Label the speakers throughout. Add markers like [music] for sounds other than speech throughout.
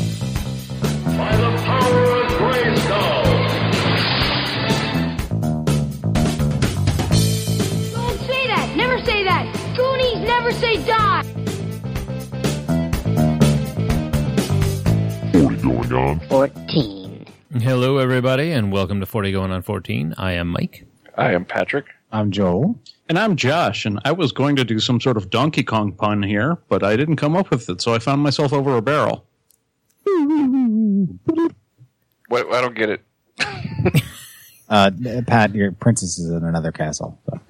Speaker 1: By the power of Grayskull!
Speaker 2: Don't say that. Never say that. Goonies never say die.
Speaker 3: Hello, everybody, and welcome to 40 Going on 14. I am Mike.
Speaker 4: I am Patrick.
Speaker 5: I'm Joel.
Speaker 6: And I'm Josh, and I was going to do some sort of Donkey Kong pun here, but I didn't come up with it, so I found myself over a barrel.
Speaker 4: What, I don't get it.
Speaker 5: Uh, Pat, your princess is in another castle. So.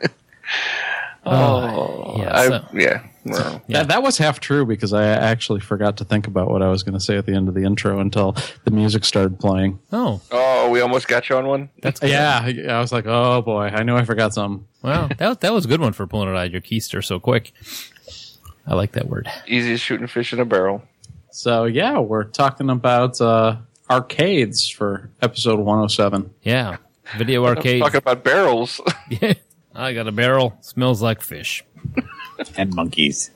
Speaker 4: Oh,
Speaker 3: yeah,
Speaker 4: I,
Speaker 3: so-
Speaker 4: yeah. Well,
Speaker 3: Yeah.
Speaker 6: That, that was half true because I actually forgot to think about what I was going to say at the end of the intro until the music started playing.
Speaker 3: Oh,
Speaker 4: oh, we almost got you on one.
Speaker 3: that's good.
Speaker 6: Yeah, I I was like, oh boy, I knew I forgot some.
Speaker 4: [laughs]
Speaker 3: Wow, that, that was a good one for pulling it out of your keister so quick. I like that word.
Speaker 4: Easy as shooting fish in a barrel.
Speaker 6: So yeah, we're talking about uh, arcades for episode 107.
Speaker 3: Yeah. Video arcade.
Speaker 4: Talk about barrels.
Speaker 3: Yeah. I got a barrel. Smells like fish.
Speaker 5: And monkeys.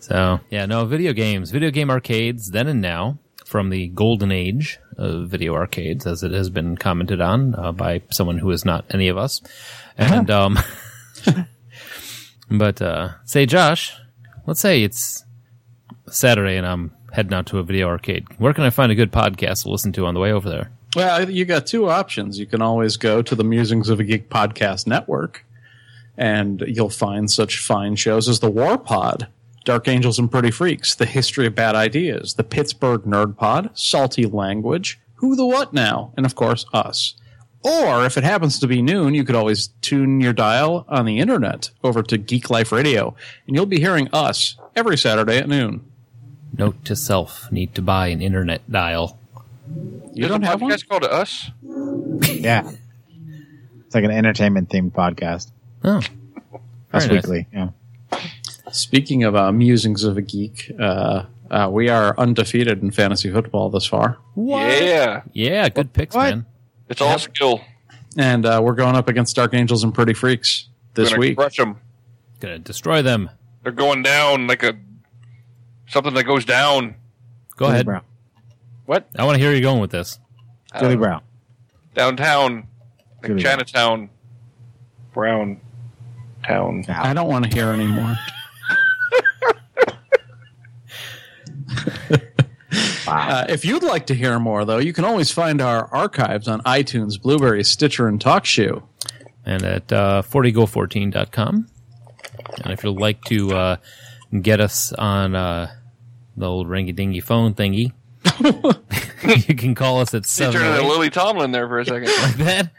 Speaker 3: So, yeah, no, video games, video game arcades then and now from the golden age of video arcades, as it has been commented on uh, by someone who is not any of us. And, um, [laughs] but, uh, say, Josh, let's say it's Saturday and I'm heading out to a video arcade. Where can I find a good podcast to listen to on the way over there?
Speaker 6: Well, you got two options. You can always go to the Musings of a Geek podcast network, and you'll find such fine shows as the War Pod, Dark Angels and Pretty Freaks, The History of Bad Ideas, The Pittsburgh Nerd Pod, Salty Language, Who the What Now, and of course, us. Or if it happens to be noon, you could always tune your dial on the internet over to Geek Life Radio, and you'll be hearing us every Saturday at noon.
Speaker 3: Note to self, need to buy an internet dial.
Speaker 6: You
Speaker 4: [laughs]
Speaker 6: don't have
Speaker 4: you
Speaker 6: one?
Speaker 4: guys called to us?
Speaker 5: Yeah. It's like an entertainment themed podcast.
Speaker 3: Oh,
Speaker 5: Us
Speaker 3: Very nice.
Speaker 5: weekly. Yeah.
Speaker 6: Speaking of uh, musings of a geek, uh, uh, we are undefeated in fantasy football this far,
Speaker 4: Yeah.
Speaker 3: Yeah, good picks,
Speaker 5: What?
Speaker 3: man.
Speaker 4: It's all skill.
Speaker 6: and uh, we're going up against Dark Angels and Pretty Freaks this
Speaker 4: Gonna
Speaker 6: week.
Speaker 4: Crush them.
Speaker 3: Gonna destroy them.
Speaker 4: They're going down like a something that goes down.
Speaker 3: Go
Speaker 5: Julie
Speaker 3: ahead.
Speaker 5: Brown.
Speaker 4: What?
Speaker 3: I want to hear you going with this.
Speaker 5: Julie Brown.
Speaker 3: Uh,
Speaker 4: Downtown. Like
Speaker 5: Good.
Speaker 4: Chinatown. Brown. Town.
Speaker 6: I don't want to hear anymore. [laughs] Uh, if you'd like to hear more, though, you can always find our archives on iTunes, Blueberry, Stitcher, and TalkShoe.
Speaker 3: and at uh, 40go14.com. And if you'd like to uh, get us on uh, the old ringy dingy phone thingy, you can call us at
Speaker 4: You turned into
Speaker 3: 708.
Speaker 4: Lily Tomlin there for a second.
Speaker 6: [laughs]
Speaker 4: [laughs]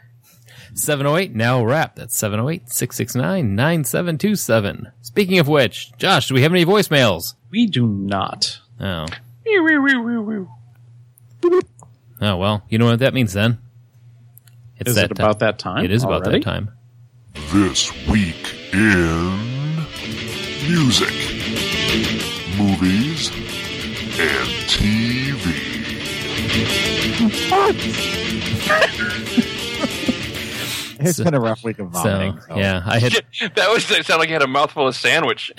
Speaker 3: That 708 now wrap. That's 708 669 9727. Speaking of which, Josh, do we have any voicemails?
Speaker 6: We do not.
Speaker 3: Oh. Oh, well, you know what that means then? It's
Speaker 6: Is it
Speaker 3: ti-
Speaker 6: about that time?
Speaker 3: It is about
Speaker 6: already?
Speaker 3: that time.
Speaker 7: This week in music, movies, and TV.
Speaker 5: It's been a rough week of
Speaker 3: So,
Speaker 5: vomiting. So,
Speaker 3: yeah, I had
Speaker 4: that was that sounded like you had a mouthful of sandwich.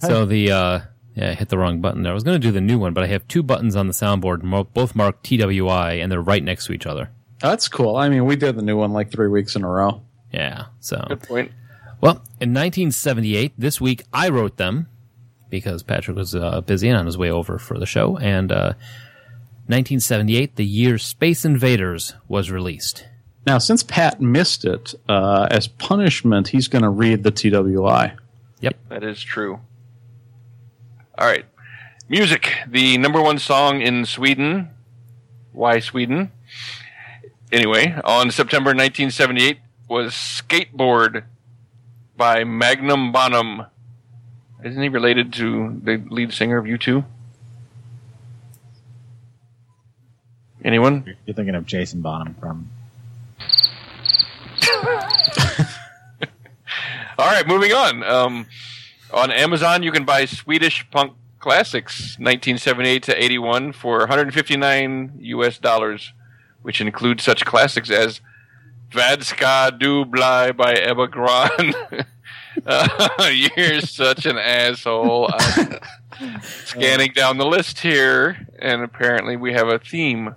Speaker 3: So the uh, yeah, I hit the wrong button there. I was going to do the new one, but I have two buttons on the soundboard, mo- both marked TWI, and they're right next to each other.
Speaker 6: That's cool. I mean, we did the new one like three weeks in a row.
Speaker 3: Yeah. So
Speaker 4: Good point.
Speaker 3: well, in 1978, this week I wrote them because Patrick was uh, busy and on his way over for the show. And uh, 1978, the year Space Invaders was released.
Speaker 6: Now, since Pat missed it, uh, as punishment, he's going to read the TWI.
Speaker 4: That is true. All right. Music, the number one song in Sweden. Why Sweden? Anyway, on September 1978 was Skateboard by Magnum Bonham. Isn't he related to the lead singer of U2? Anyone?
Speaker 5: You're thinking of Jason Bonham from.
Speaker 4: All right, moving on. Um, on Amazon, you can buy Swedish punk classics 1978 to 81 for 159 US dollars, which include such classics as Vadska du Bly by Ebba Gran. [laughs] uh, [laughs] you're such an asshole. I'm scanning down the list here, and apparently we have a theme.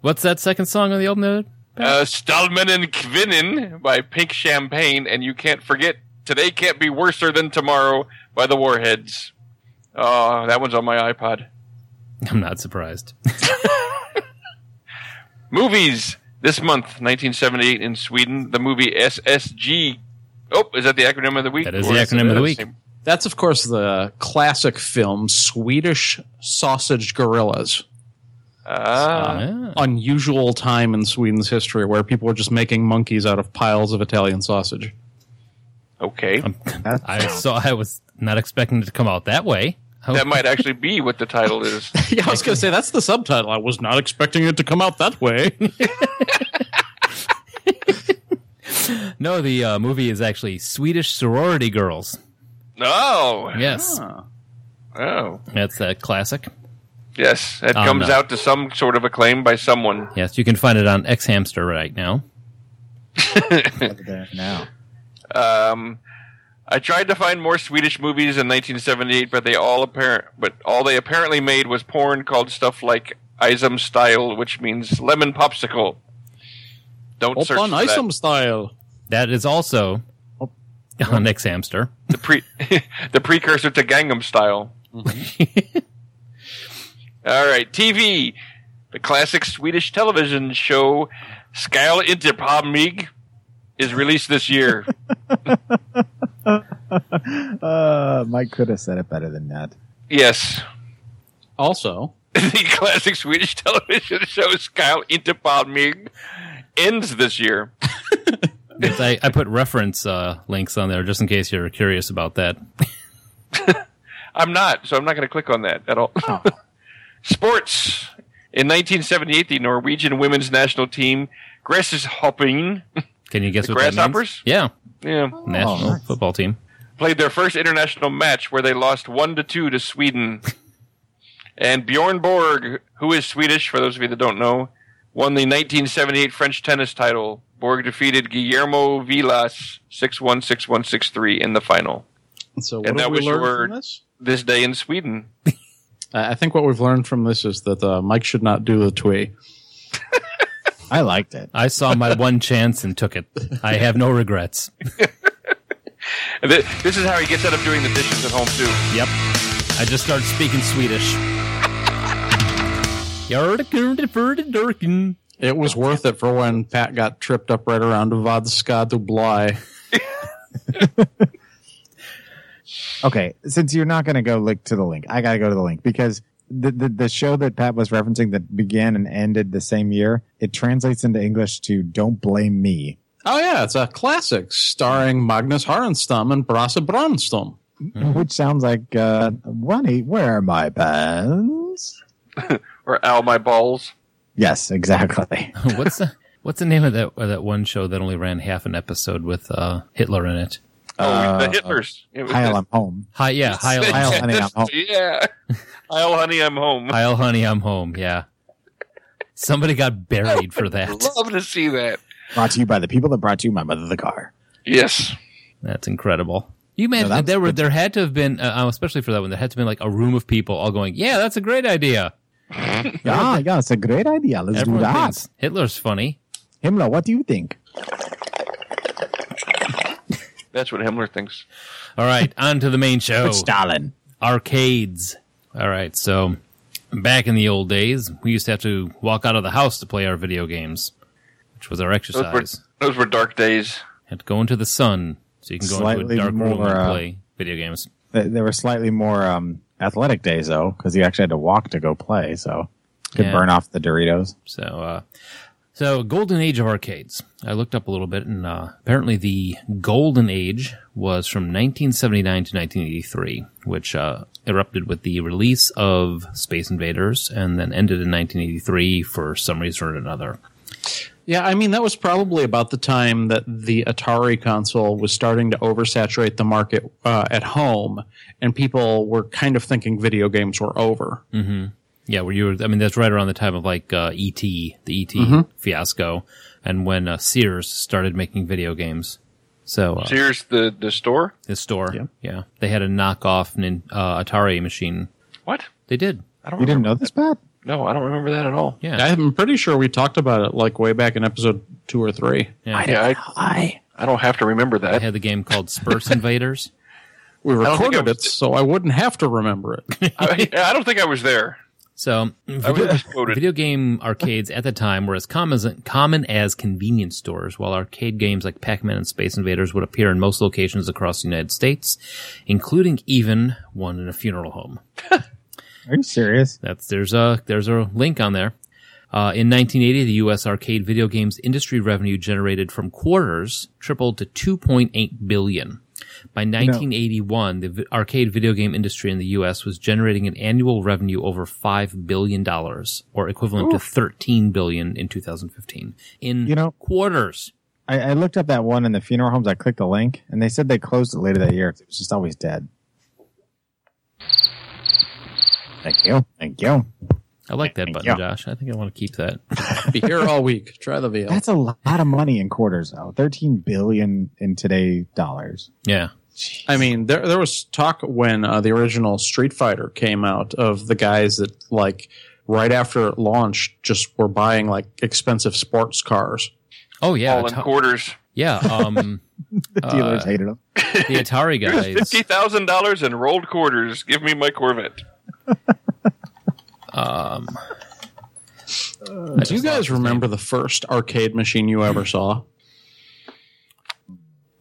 Speaker 3: What's that second song on the album? there?
Speaker 4: Uh, Stallman and Kvinnen by Pink Champagne, and you can't forget Today Can't Be Worser Than Tomorrow by the Warheads. Oh, that one's on my iPod.
Speaker 3: [laughs] I'm not surprised.
Speaker 4: Movies this month, 1978 in Sweden, the movie SSG. Oh, is that the acronym of the week?
Speaker 3: That is
Speaker 4: Or
Speaker 3: the acronym of the
Speaker 4: it
Speaker 3: week.
Speaker 4: same-
Speaker 6: That's, of course, the classic film Swedish Sausage Gorillas.
Speaker 4: Ah,
Speaker 3: Ah.
Speaker 6: Unusual time in Sweden's history where people were just making monkeys out of piles of Italian sausage.
Speaker 3: Uh,
Speaker 4: okay.
Speaker 3: um, I saw. I was not expecting it to come out that way. I
Speaker 4: That might actually be what the title is.
Speaker 6: [laughs]
Speaker 3: [laughs]
Speaker 6: yeah, I was going to say that's the subtitle. I was not expecting it to come out that [laughs] way.
Speaker 3: No, the uh, movie is actually Swedish sorority girls.
Speaker 4: No.
Speaker 3: Yes,
Speaker 4: Oh.
Speaker 3: that's a classic.
Speaker 4: Yes, that
Speaker 3: Oh,
Speaker 4: comes
Speaker 3: no.
Speaker 4: out to some sort of acclaim by someone.
Speaker 3: Yes, you can find it on X Hamster right now. [laughs]
Speaker 5: there now. [laughs]
Speaker 4: Um, I tried to find more Swedish movies in 1978, but they all apparent, but all they apparently made was porn called stuff like Isam style, which means lemon popsicle. Don't search
Speaker 6: Open
Speaker 4: for that.
Speaker 6: Isom style.
Speaker 3: That is also on X Hamster.
Speaker 4: the pre [laughs] the precursor to Gangnam Style. [laughs] All right, TV, the classic Swedish television show Skal Interpamig is released this year.
Speaker 5: Uh, Mike could have said it better than that.
Speaker 4: yes,
Speaker 6: Also,
Speaker 4: [laughs] the classic Swedish television [laughs] show Skal Interpamig ends this year.
Speaker 3: Yes, I, I put reference uh, links on there just in case you're curious about that.
Speaker 4: I'm not, so I'm not going to click on that at all. [laughs] Sports. In 1978, the Norwegian women's national team, Gresshopping,
Speaker 3: Can you guess
Speaker 4: The
Speaker 3: what that means?
Speaker 4: Grasshoppers?
Speaker 3: Yeah,
Speaker 4: [laughs] yeah,
Speaker 3: national
Speaker 6: Oh.
Speaker 5: nice.
Speaker 3: football team.
Speaker 4: played their first international match where they lost one to two to Sweden. and Bjorn Borg, who is Swedish, for those of you that don't know, won the 1978 French tennis title. Borg defeated Guillermo Vilas 6-1, 6-1, 6-3 in the final.
Speaker 6: so what
Speaker 4: And that
Speaker 6: have we
Speaker 4: was your
Speaker 6: learned
Speaker 4: word.
Speaker 6: from this?
Speaker 4: This day in Sweden.
Speaker 6: I I think what we've learned from this is that uh, Mike should not do the twee.
Speaker 5: I liked it.
Speaker 3: I saw my one chance and took it. I have no regrets.
Speaker 4: And thi- This is how he gets out of doing the dishes at home too.
Speaker 3: Yep. I just started speaking Swedish. [laughs] Yardakurdakurdakurdakurdakurdakurdakurdakurdakurdakurdakurdakurdakurdakurdakurdakurdakurdakurdakurdakurdakurdakurdakurdakurdakurdakurdakurdakurdakurdakurdakurdakurdakur
Speaker 6: [laughs] It was worth it for when Pat got tripped up right around Vodska to Bly.
Speaker 5: Okay, since you're not going to go link to the link, I got to go to the link because the, the the show that Pat was referencing that began and ended the same year, it translates into English to "Don't blame me."
Speaker 6: Oh yeah, it's a classic starring Magnus Harenstam and Brasse Bronstam.
Speaker 3: Mm-hmm.
Speaker 5: Which sounds like, uh, Ronnie, where are my pants?
Speaker 4: Or ow my balls.
Speaker 5: Yes,
Speaker 3: [laughs]
Speaker 5: exactly.
Speaker 3: what's the what's the name of that of that one show that only ran half an episode with uh, Hitler in it?
Speaker 4: Oh, the Hitlers. It was
Speaker 5: Uh,
Speaker 4: [laughs]
Speaker 5: Heil, I'm home.
Speaker 3: Hi, yeah, Heil, Heil,
Speaker 5: Heil, honey, I'm home. [laughs]
Speaker 4: yeah. Heil, honey, I'm home. I
Speaker 3: Heil, honey, I'm home. Yeah, somebody got buried for
Speaker 4: [laughs]
Speaker 3: that.
Speaker 4: love to see that.
Speaker 5: Brought to you by the people that brought you my mother the car.
Speaker 4: Yes.
Speaker 3: That's incredible. You imagine
Speaker 5: No, that's
Speaker 3: there were
Speaker 5: good.
Speaker 3: there had to have been uh, especially for that one there had to have been like a room of people all going yeah that's a great idea.
Speaker 5: Yeah, yeah, it's Ah, a great idea. Let's
Speaker 3: Everyone
Speaker 5: do that.
Speaker 3: thinks Hitler's funny.
Speaker 5: Himmler, what do you think?
Speaker 4: That's what Himmler thinks.
Speaker 5: [laughs]
Speaker 3: Oh. All right, on to the main show.
Speaker 5: Stalin.
Speaker 3: Arcades. All right, so Back in the old days, we used to have to walk out of the house to play our video games, which was our
Speaker 4: Those were,
Speaker 3: exercise.
Speaker 4: those were dark days.
Speaker 3: Had to go into the sun so you can go into
Speaker 5: Slightly
Speaker 3: a dark room
Speaker 5: more,
Speaker 3: and
Speaker 5: uh,
Speaker 3: play video games.
Speaker 5: They, they were slightly more um, athletic days though, because you actually had to walk to go play, so could
Speaker 3: Yeah.
Speaker 5: burn off the Doritos.
Speaker 3: So, uh, so golden age of arcades. I looked up a little bit, and uh, apparently the golden age was from 1979 to 1983, which uh, erupted with the release of Space Invaders, and then ended in 1983 for some reason or another.
Speaker 6: Yeah, I mean that was probably about the time that the Atari console was starting to oversaturate the market uh, at home, and people were kind of thinking video games were over.
Speaker 3: Mm. Yeah, where you were, I mean, that's right around the time of like uh, ET, the ET fiasco, and when uh, Sears started making video games. So uh,
Speaker 4: Sears, the, the store?
Speaker 3: this store, yeah. they had a knockoff nin, uh, Atari machine.
Speaker 4: What?
Speaker 3: They did,
Speaker 4: I don't
Speaker 5: You didn't
Speaker 4: remember.
Speaker 5: know this, Pat?
Speaker 4: No, I don't remember that at all.
Speaker 3: yeah.
Speaker 6: I'm pretty sure we talked about it like way back in episode two or three.
Speaker 3: Yeah.
Speaker 4: Yeah, I, I don't have to remember
Speaker 3: I
Speaker 4: that.
Speaker 3: had the game called Spurs Invaders.
Speaker 6: We
Speaker 4: don't think I
Speaker 6: recorded it,
Speaker 4: was-
Speaker 6: so I wouldn't have to remember it.
Speaker 4: [laughs] I, I don't think I was there.
Speaker 3: So
Speaker 4: I was
Speaker 3: video,
Speaker 4: just quoted.
Speaker 3: video game arcades at the time were as common as, common as convenience stores, while arcade games like Pac-Man and Space Invaders would appear in most locations across the United States, including even one in a funeral home.
Speaker 5: Are you serious?
Speaker 3: That's there's a there's a link on there. Uh, in 1980, the U.S. arcade video games industry revenue generated from quarters tripled to 2.8 billion. By 1981, the vi- arcade video game industry in the U.S. was generating an annual revenue over five billion dollars, or equivalent to 13 billion in 2015. In
Speaker 5: You know-
Speaker 3: quarters.
Speaker 5: I, I looked up that one in the funeral homes. I clicked the link, and they said they closed it later that year. It was just always dead. Thank you. Thank you.
Speaker 3: I like that button,
Speaker 5: Yeah.
Speaker 3: Josh. I think I want to keep that.
Speaker 6: Be here all week. Try the veal.
Speaker 5: That's a lot of money in quarters, though. Thirteen billion in today dollars.
Speaker 3: Yeah.
Speaker 6: I mean, there there was talk when uh, the original Street Fighter came out of the guys that like right after it launched just were buying like expensive sports cars.
Speaker 3: Oh yeah.
Speaker 4: all in
Speaker 3: Ata-
Speaker 4: quarters.
Speaker 3: yeah. Um,
Speaker 5: [laughs]
Speaker 3: uh,
Speaker 5: The
Speaker 4: Uh,
Speaker 5: dealers hated them.
Speaker 3: the Atari guys.
Speaker 4: [laughs] Fifty thousand dollars in rolled quarters. Give me my Corvette.
Speaker 6: Do you guys remember the first arcade machine you ever saw?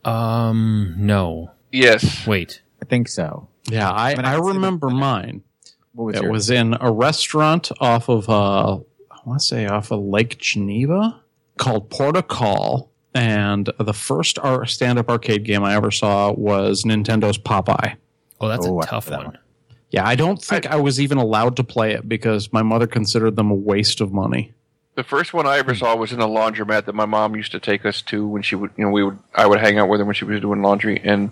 Speaker 3: Um, no.
Speaker 4: Yes.
Speaker 3: Wait.
Speaker 5: I think so.
Speaker 6: Yeah, I,
Speaker 5: mean, I
Speaker 6: I
Speaker 5: can see the-
Speaker 6: remember mine.
Speaker 5: What was
Speaker 6: It
Speaker 5: yours?
Speaker 6: was in a restaurant off of, uh, I want to say off of Lake Geneva called Portacall. And the first ar- stand up arcade game I ever saw was Nintendo's Popeye.
Speaker 3: Oh, that's
Speaker 5: Oh, I
Speaker 3: a tough
Speaker 5: remember
Speaker 3: one.
Speaker 5: that
Speaker 6: Yeah, I don't think I, was even allowed to play it because my mother considered them a waste of money.
Speaker 4: The first one I ever saw was in a laundromat that my mom used to take us to when she would, you know, we would, I would hang out with her when she was doing laundry, and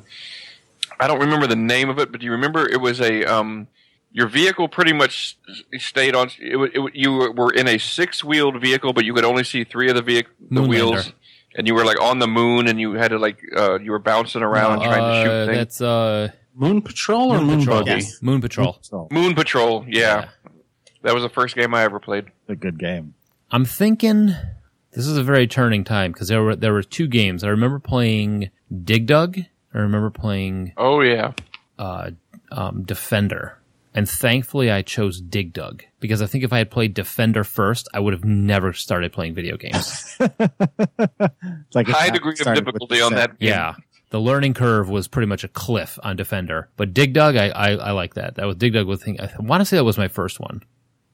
Speaker 4: I don't remember the name of it, but do you remember it was a, um, your vehicle pretty much s- stayed on. It, wa- it, wa- you were in a six-wheeled vehicle, but you could only see three of the vehicle, the
Speaker 3: Moonlander.
Speaker 4: wheels, and you were like on the moon, and you had to like, uh, you were bouncing around trying to
Speaker 3: Uh,
Speaker 4: shoot things.
Speaker 3: That's uh,
Speaker 6: Moon Patrol or Moon,
Speaker 3: Patrol.
Speaker 6: Buggy?
Speaker 5: Yes.
Speaker 3: Moon Patrol.
Speaker 5: So,
Speaker 4: Moon Patrol, yeah.
Speaker 3: Yeah.
Speaker 4: That was the first game I ever played.
Speaker 5: a good game.
Speaker 3: I'm thinking this is a very turning time because there were there were two games. I remember playing Dig Dug. I remember playing
Speaker 4: Oh yeah.
Speaker 3: uh, um, Defender, and thankfully I chose Dig Dug because I think if I had played Defender first, I would have never started playing video games.
Speaker 5: It's like
Speaker 4: High degree of difficulty on that.
Speaker 3: yeah. The learning curve was pretty much a cliff on Defender, but Dig Dug, I, I, I like that. That was Dig Dug. Was thing, I want to say that was my first one.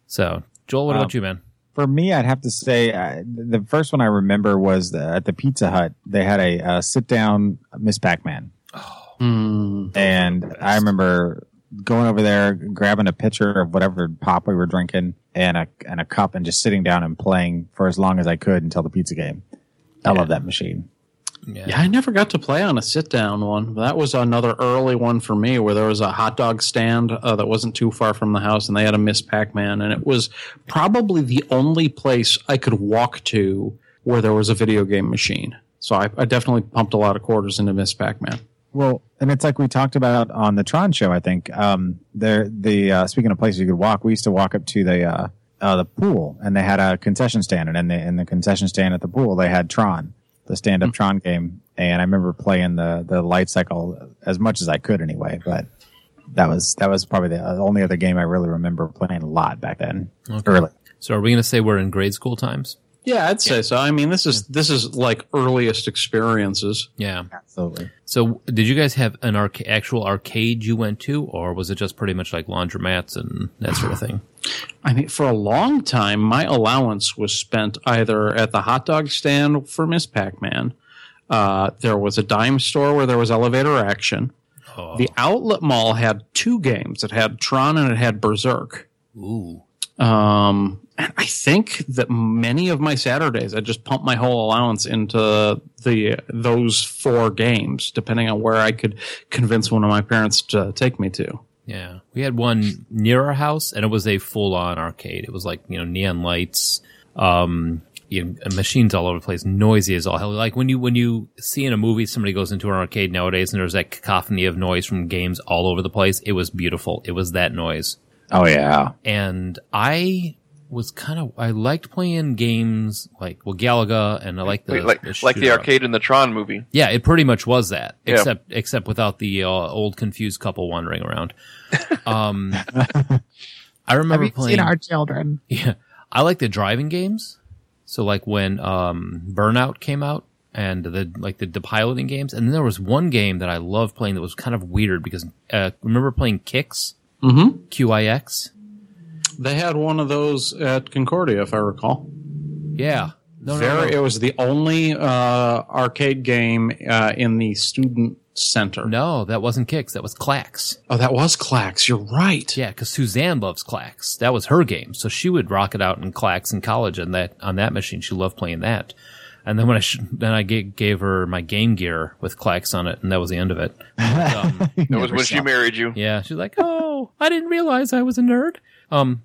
Speaker 3: So, Joel, what
Speaker 5: Um,
Speaker 3: about you, man?
Speaker 5: For me, I'd have to say uh, the first one I remember was the, at the Pizza Hut. They had a uh, sit down Miss Pac Man.
Speaker 6: Hmm.
Speaker 5: And I remember going over there, grabbing a pitcher of whatever pop we were drinking and a, and a cup and just sitting down and playing for as long as I could until the pizza game. I love that machine.
Speaker 6: Yeah, I never got to play on a sit down one. That was another early one for me where there was a hot dog stand uh, that wasn't too far from the house and they had a Miss Pac Man. And it was probably the only place I could walk to where there was a video game machine. So I, I definitely pumped a lot of quarters into Miss Pac Man.
Speaker 5: Well, and it's like we talked about on the Tron show, I think. Um, there, the, uh, speaking of places you could walk, we used to walk up to the, uh, uh, the pool and they had a concession stand and in the, in the concession stand at the pool, they had Tron, the stand up Tron game. And I remember playing the, the light cycle as much as I could anyway, but that was that was probably the uh, only other game I really remember playing a lot back then. Early.
Speaker 3: So are we going to say we're in grade school times?
Speaker 6: Yeah, I'd say so. I mean, this is this is like earliest experiences.
Speaker 3: Yeah.
Speaker 5: Absolutely.
Speaker 3: So did you guys have an arc- actual arcade you went to, or was it just pretty much like laundromats and that sort of thing?
Speaker 6: I mean, for a long time, my allowance was spent either at the hot dog stand for Miss Pac-Man. Uh, there was a dime store where there was elevator action. The outlet mall had two games. It had Tron and it had Berserk.
Speaker 3: Ooh.
Speaker 6: Um, and I think that many of my Saturdays, I just pumped my whole allowance into the those four games, depending on where I could convince one of my parents to take me to.
Speaker 3: Yeah. We had one near our house and it was a full on arcade. It was like, you know, neon lights, um, you know, machines all over the place, noisy as all hell. Like when you, when you see in a movie, somebody goes into an arcade nowadays and there's that cacophony of noise from games all over the place. It was beautiful. It was that noise.
Speaker 5: Oh yeah.
Speaker 3: and I was kind of I liked playing games like well Galaga and I liked the
Speaker 4: Wait, like like the
Speaker 3: shooter.
Speaker 4: arcade in the Tron movie.
Speaker 3: Yeah, it pretty much was that,
Speaker 4: Yeah.
Speaker 3: except except without the uh, old confused couple wandering
Speaker 4: [laughs]
Speaker 3: around. Um, I
Speaker 8: Have
Speaker 3: remember
Speaker 8: you
Speaker 3: playing.
Speaker 8: seen our children?
Speaker 3: yeah, I like the driving games. So like when um, Burnout came out and the like the, the piloting games, and then there was one game that I loved playing that was kind of weird because uh, remember playing Kicks,
Speaker 6: Mm-hmm.
Speaker 3: QIX.
Speaker 6: They had one of those at Concordia, if I recall.
Speaker 3: Yeah, no, no,
Speaker 6: Very,
Speaker 3: no.
Speaker 6: It was the only uh, arcade game uh, in the student center.
Speaker 3: No, that wasn't Kicks. That was Clax.
Speaker 6: Oh, that was Clax. You're right.
Speaker 3: Yeah, because Suzanne loves Clax. That was her game, so she would rock it out in Clax in college and that on that machine. She loved playing that. And then when I sh- then I ga- gave her my Game Gear with Clax on it, and that was the end of it.
Speaker 4: That was when she married you.
Speaker 3: Yeah, she's like, oh, I didn't realize I was a nerd. Um,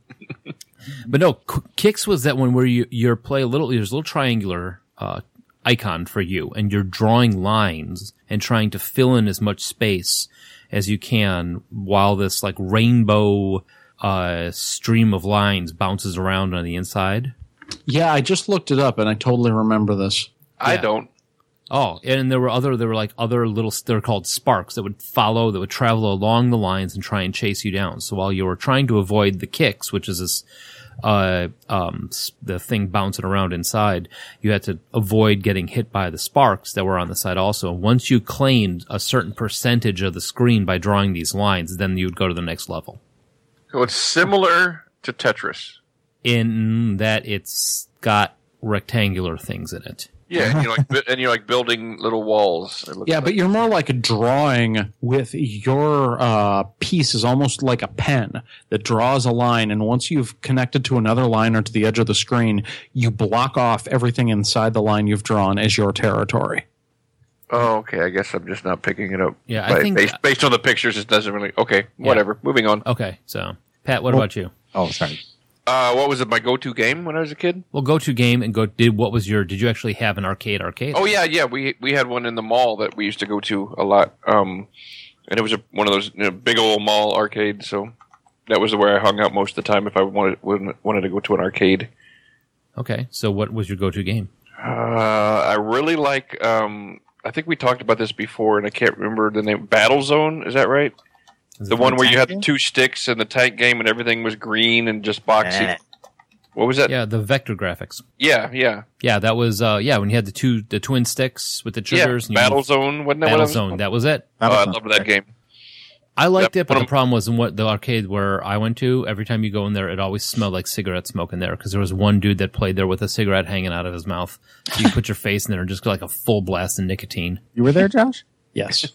Speaker 3: but no, K- Kicks was that one where you you play a little there's a little triangular uh, icon for you, and you're drawing lines and trying to fill in as much space as you can while this like rainbow uh, stream of lines bounces around on the inside.
Speaker 6: Yeah, I just looked it up and I totally remember this.
Speaker 4: I don't.
Speaker 3: Oh, and there were other there were like other little they're called sparks that would follow that would travel along the lines and try and chase you down. So while you were trying to avoid the kicks, which is this uh um s- the thing bouncing around inside, you had to avoid getting hit by the sparks that were on the side also. And once you claimed a certain percentage of the screen by drawing these lines, then you'd go to the next level.
Speaker 4: So it's similar to Tetris.
Speaker 3: In that it's got rectangular things in it.
Speaker 4: Yeah, and [laughs] you're like bu- and you're like building little walls. It looks
Speaker 6: Yeah,
Speaker 4: like.
Speaker 6: but you're more like a drawing with your uh, piece is almost like a pen that draws a line, and once you've connected to another line or to the edge of the screen, you block off everything inside the line you've drawn as your territory.
Speaker 4: oh, okay. I guess I'm just not picking it up.
Speaker 3: Yeah, I
Speaker 4: But
Speaker 3: think-
Speaker 4: based, based on the pictures, it doesn't really. Okay, whatever. Moving on.
Speaker 3: Okay, so Pat, what about you?
Speaker 5: Oh, sorry.
Speaker 4: Uh, what was it? My go-to game when I was a kid?
Speaker 3: Well, go to game and go. Did what was your? Did you actually have an arcade arcade?
Speaker 4: Oh yeah, yeah. We we had one in the mall that we used to go to a lot. Um, and it was a, one of those you know, big old mall arcades. So that was where I hung out most of the time if I wanted wanted to go to an arcade.
Speaker 3: Okay, so what was your go to game?
Speaker 4: Uh, I really like. Um, I think we talked about this before, and I can't remember the name. Battle Zone is that right?
Speaker 3: Is
Speaker 4: the
Speaker 3: it
Speaker 4: one where you had the
Speaker 5: tank
Speaker 4: two sticks and the tank game, and everything was green and just boxy.
Speaker 5: Eh.
Speaker 4: What was that?
Speaker 3: Yeah, the vector graphics.
Speaker 4: yeah, yeah.
Speaker 3: Yeah, that was uh yeah when you had the two the twin sticks with the
Speaker 4: yeah.
Speaker 3: triggers. and you
Speaker 4: Battle
Speaker 3: moved-
Speaker 4: Zone. Wasn't that
Speaker 3: Battle
Speaker 4: what I was-
Speaker 3: Zone. That was it.
Speaker 4: Oh, I
Speaker 5: Battlefront.
Speaker 4: loved that game.
Speaker 3: I liked
Speaker 4: Yep,
Speaker 3: it, but the
Speaker 4: put 'em-
Speaker 3: problem was in what the arcade where I went to. Every time you go in there, it always smelled like cigarette smoke in there because there was one dude that played there with a cigarette hanging out of his mouth. So you put your face in there and just go like a full blast of nicotine.
Speaker 5: You were there, Josh?
Speaker 6: Yes.